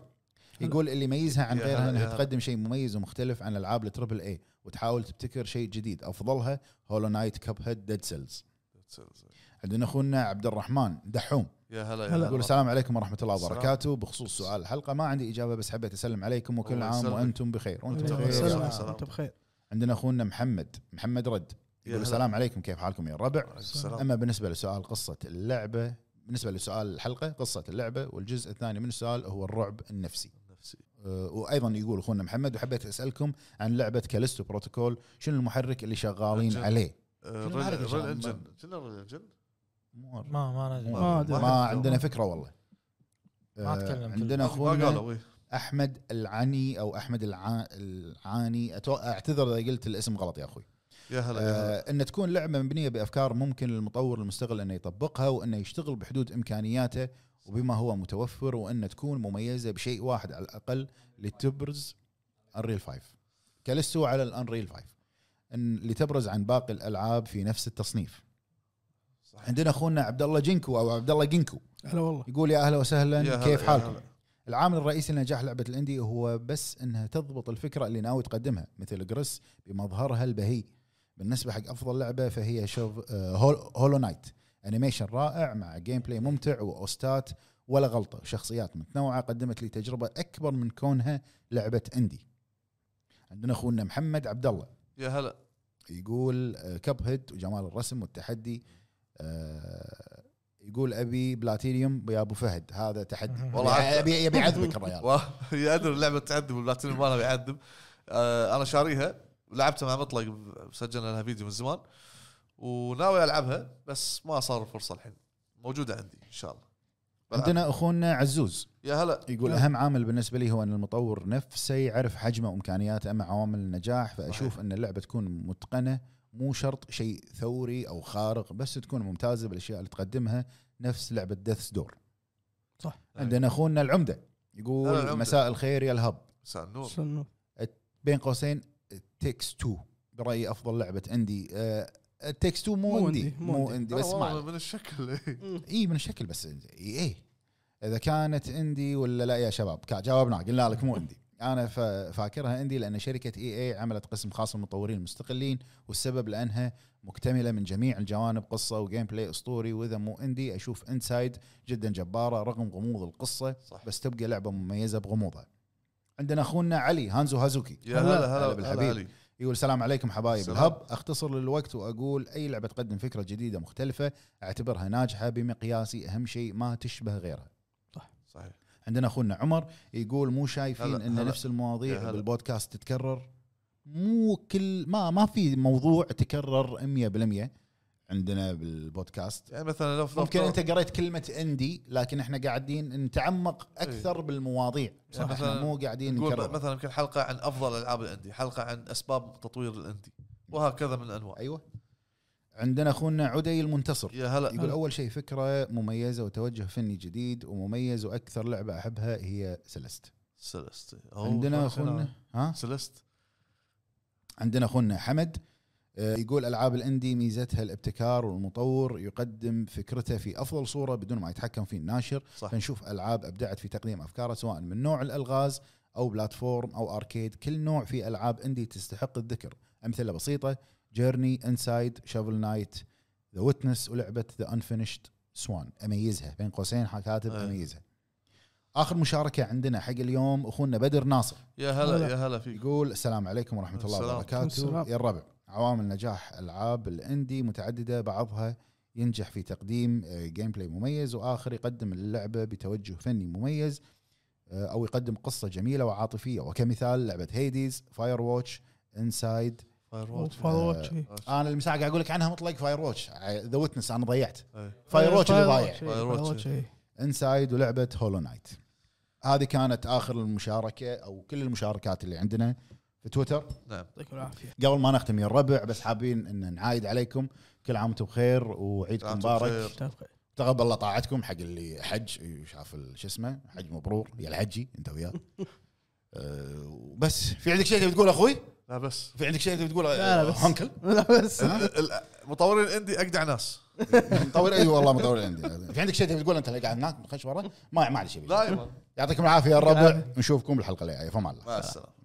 S3: يقول اللي يميزها عن
S1: يا
S3: غيرها
S1: هلا، يا
S3: انها
S1: هلا.
S3: تقدم شيء مميز ومختلف عن العاب التربل اي وتحاول تبتكر شيء جديد افضلها هولو نايت كب هيد ديد سيلز عندنا اخونا عبد الرحمن دحوم
S1: يا هلا يا
S6: هلا.
S3: يقول السلام عليكم ورحمه الله
S1: السلام.
S3: وبركاته بخصوص سؤال الحلقه ما عندي اجابه بس حبيت اسلم عليكم وكل
S1: الله
S3: عام
S1: يسلمك.
S3: وانتم بخير وانتم
S1: وأنتم
S3: بخير
S1: بخير.
S3: يا
S1: سلام.
S3: سلام.
S1: سلام.
S6: انت أيوة، بخير
S3: عندنا اخونا محمد محمد رد
S1: هلا.
S3: يقول السلام عليكم كيف حالكم يا الربع
S1: عليك السلام
S3: اما بالنسبه لسؤال قصه اللعبه بالنسبه لسؤال الحلقه قصه اللعبه والجزء الثاني من السؤال هو الرعب النفسي
S1: نفسي
S3: أه، وايضا يقول اخونا محمد وحبيت اسالكم عن لعبه كاليستو بروتوكول شنو المحرك اللي شغالين
S1: أنجل.
S3: عليه
S1: آه،
S3: شنو
S1: ريل
S3: هذا
S1: ريل
S3: يا
S1: انجن شنو ريل انجن؟
S3: مو الرعب.
S4: ما ما ندري
S6: ما أدري.
S3: ما عندنا فكره والله
S4: ما
S3: أه،
S4: أتكلم.
S3: عندنا
S1: ما
S3: اخونا
S1: قالوا إيه.
S3: احمد العني او احمد الع... العاني أتو... اعتذر اذا قلت الاسم غلط يا اخوي
S1: يا هلا يا هلا.
S3: آه ان تكون لعبه مبنيه بافكار ممكن للمطور المستغل انه يطبقها وانه يشتغل بحدود امكانياته وبما هو متوفر وان تكون مميزه بشيء واحد على الاقل لتبرز انريل 5 كالستو على الانريل 5 ان لتبرز عن باقي الالعاب في نفس التصنيف
S1: صحيح.
S3: عندنا اخونا عبد الله جنكو او عبد الله جنكو
S6: هلا والله
S3: يقول يا اهلا وسهلا
S1: يا هلا،
S3: كيف
S1: يا
S3: حالكم
S1: هلا.
S3: العامل الرئيسي لنجاح لعبه الاندي هو بس انها تضبط الفكره اللي ناوي تقدمها مثل جريس بمظهرها البهي بالنسبه حق افضل لعبه فهي شوف آه، هول- هولو نايت انيميشن رائع مع جيم بلاي ممتع واوستات ولا غلطه وشخصيات متنوعه قدمت لي تجربه اكبر من كونها لعبه اندي عندنا اخونا محمد عبد الله
S1: يا هلا
S3: يقول كب هيد وجمال الرسم والتحدي آه، يقول ابي بلاتينيوم يا ابو فهد هذا تحدي
S1: والله عاد-
S3: ابي ابي يعذبك الرجال
S1: و- يا ادري اللعبه تعذب والبلاتينيوم مالها يعذب آه، انا شاريها لعبتها مع مطلق سجلنا لها فيديو من زمان وناوي العبها بس ما صار الفرصه الحين موجوده عندي ان شاء الله بلعب.
S3: عندنا اخونا عزوز
S1: يا هلا
S3: يقول
S6: نعم.
S3: اهم عامل بالنسبه لي هو ان المطور نفسه يعرف حجمه وامكانياته اما عوامل النجاح فاشوف
S1: صحيح.
S3: ان اللعبه تكون متقنه مو شرط شيء ثوري او خارق بس تكون ممتازه بالاشياء اللي تقدمها نفس لعبه ديث دور
S6: صح.
S3: عندنا اخونا العمده
S1: هلا
S3: يقول
S1: العمدة.
S3: مساء الخير يا الهب
S1: مساء النور
S6: شنو؟
S3: بين قوسين تيكس 2 برايي افضل لعبه اندي تيكس 2 آه، مو
S6: مو
S3: اندي
S6: إندي، مو
S3: مو
S6: إندي.
S3: اندي
S1: لا
S3: بس
S1: آه، والله
S3: ما
S1: من الشكل إيه.
S3: اي من الشكل بس اي اي اذا كانت اندي ولا لا يا شباب كا- جاوبنا قلنا لك مو اندي انا فا- فاكرها اندي لان شركه اي اي عملت قسم خاص للمطورين المستقلين والسبب لانها مكتمله من جميع الجوانب قصه وجيم بلاي اسطوري واذا مو اندي اشوف انسايد جدا جباره رغم غموض القصه
S1: صح.
S3: بس تبقى لعبه مميزه بغموضها عندنا اخونا علي هانزو هازوكي
S1: يا هلا هلا
S3: بالحبيب.
S1: بالحبيب علي.
S3: يقول السلام عليكم حبايب
S1: سلام.
S3: الهب اختصر للوقت واقول اي لعبه تقدم فكره جديده مختلفه اعتبرها ناجحه بمقياسي اهم شيء ما تشبه غيرها
S1: صحيح
S3: عندنا اخونا عمر يقول مو شايفين
S1: هلا،
S3: ان
S1: هلا.
S3: نفس المواضيع
S1: يا هلا.
S3: بالبودكاست تتكرر مو كل ما ما في موضوع تكرر 100% عندنا بالبودكاست
S1: يعني مثلا لو
S3: ممكن انت قريت كلمه اندي لكن احنا قاعدين نتعمق اكثر بالمواضيع صح
S1: إيه. يعني
S3: احنا
S1: مثلاً
S3: مو قاعدين
S1: تقول
S3: نكرر
S1: مثلا يمكن حلقه عن افضل العاب الاندي حلقه عن اسباب تطوير الاندي وهكذا من الانواع
S3: ايوه عندنا اخونا عدي المنتصر
S1: يا هلا
S3: يقول اول شيء فكره مميزه وتوجه فني جديد ومميز واكثر لعبه احبها هي سلست
S1: سلست أوه،
S3: عندنا
S1: شلون
S3: اخونا
S1: شلون؟
S3: ها
S1: سلست
S3: عندنا اخونا حمد آه، يقول العاب الاندي ميزتها الابتكار والمطور يقدم فكرته في افضل صوره بدون ما يتحكم فيه الناشر
S1: صح
S3: فنشوف العاب ابدعت في تقديم افكارها سواء من نوع الالغاز او بلاتفورم او اركيد كل نوع في العاب اندي تستحق الذكر امثله بسيطه جيرني انسايد شافل نايت ذا ويتنس ولعبه ذا انفينيشد سوان اميزها بين قوسين كاتب
S1: أي.
S3: اميزها اخر مشاركه عندنا حق اليوم اخونا بدر ناصر
S1: يا هلا
S6: هلا.
S1: يا هلا فيك
S3: يقول السلام عليكم ورحمه الله
S1: السلام.
S3: وبركاته
S6: السلام.
S3: يا الربع عوامل نجاح العاب الاندي متعدده بعضها ينجح في تقديم آه، جيم بلاي مميز واخر يقدم اللعبه بتوجه فني مميز آه، او يقدم قصه جميله وعاطفيه وكمثال لعبه هيديز فاير واتش انسايد
S1: فاير واتش
S6: فاير واتش
S3: انا المساعة قاعد اقول لك عنها مطلق فاير واتش ذا ويتنس انا ضيعت
S1: إيه.
S3: فاير واتش اللي ضايع
S1: فاير
S6: فاير
S1: واتش.
S6: واتش إيه.
S3: انسايد ولعبه هولو نايت هذه كانت اخر المشاركه او كل المشاركات اللي عندنا في تويتر
S1: نعم
S6: يعطيكم العافيه
S3: قبل ما نختم يا الربع بس حابين ان نعايد عليكم كل عام وانتم بخير
S1: كل
S3: وعيدكم
S1: عام وأنتم
S3: مبارك
S1: بخير.
S3: تقبل الله طاعتكم حق اللي حج شاف ال- شو اسمه حج مبرور يا الحجي انت وياه أه، وبس في عندك شيء تبي تقول اخوي؟
S1: لا بس
S3: في عندك شيء تبي تقول
S6: لا، لا، بس.
S3: هنكل؟
S6: لا بس
S1: مطورين الاندي اجدع ناس
S3: مطور اي والله مطور عندي في عندك شيء تبي تقول انت اللي قاعد هناك خش ورا ما ما عندي شيء
S1: دائما
S3: يعطيكم العافيه يا الربع نشوفكم بالحلقه الجايه فما الله
S1: مع السلامه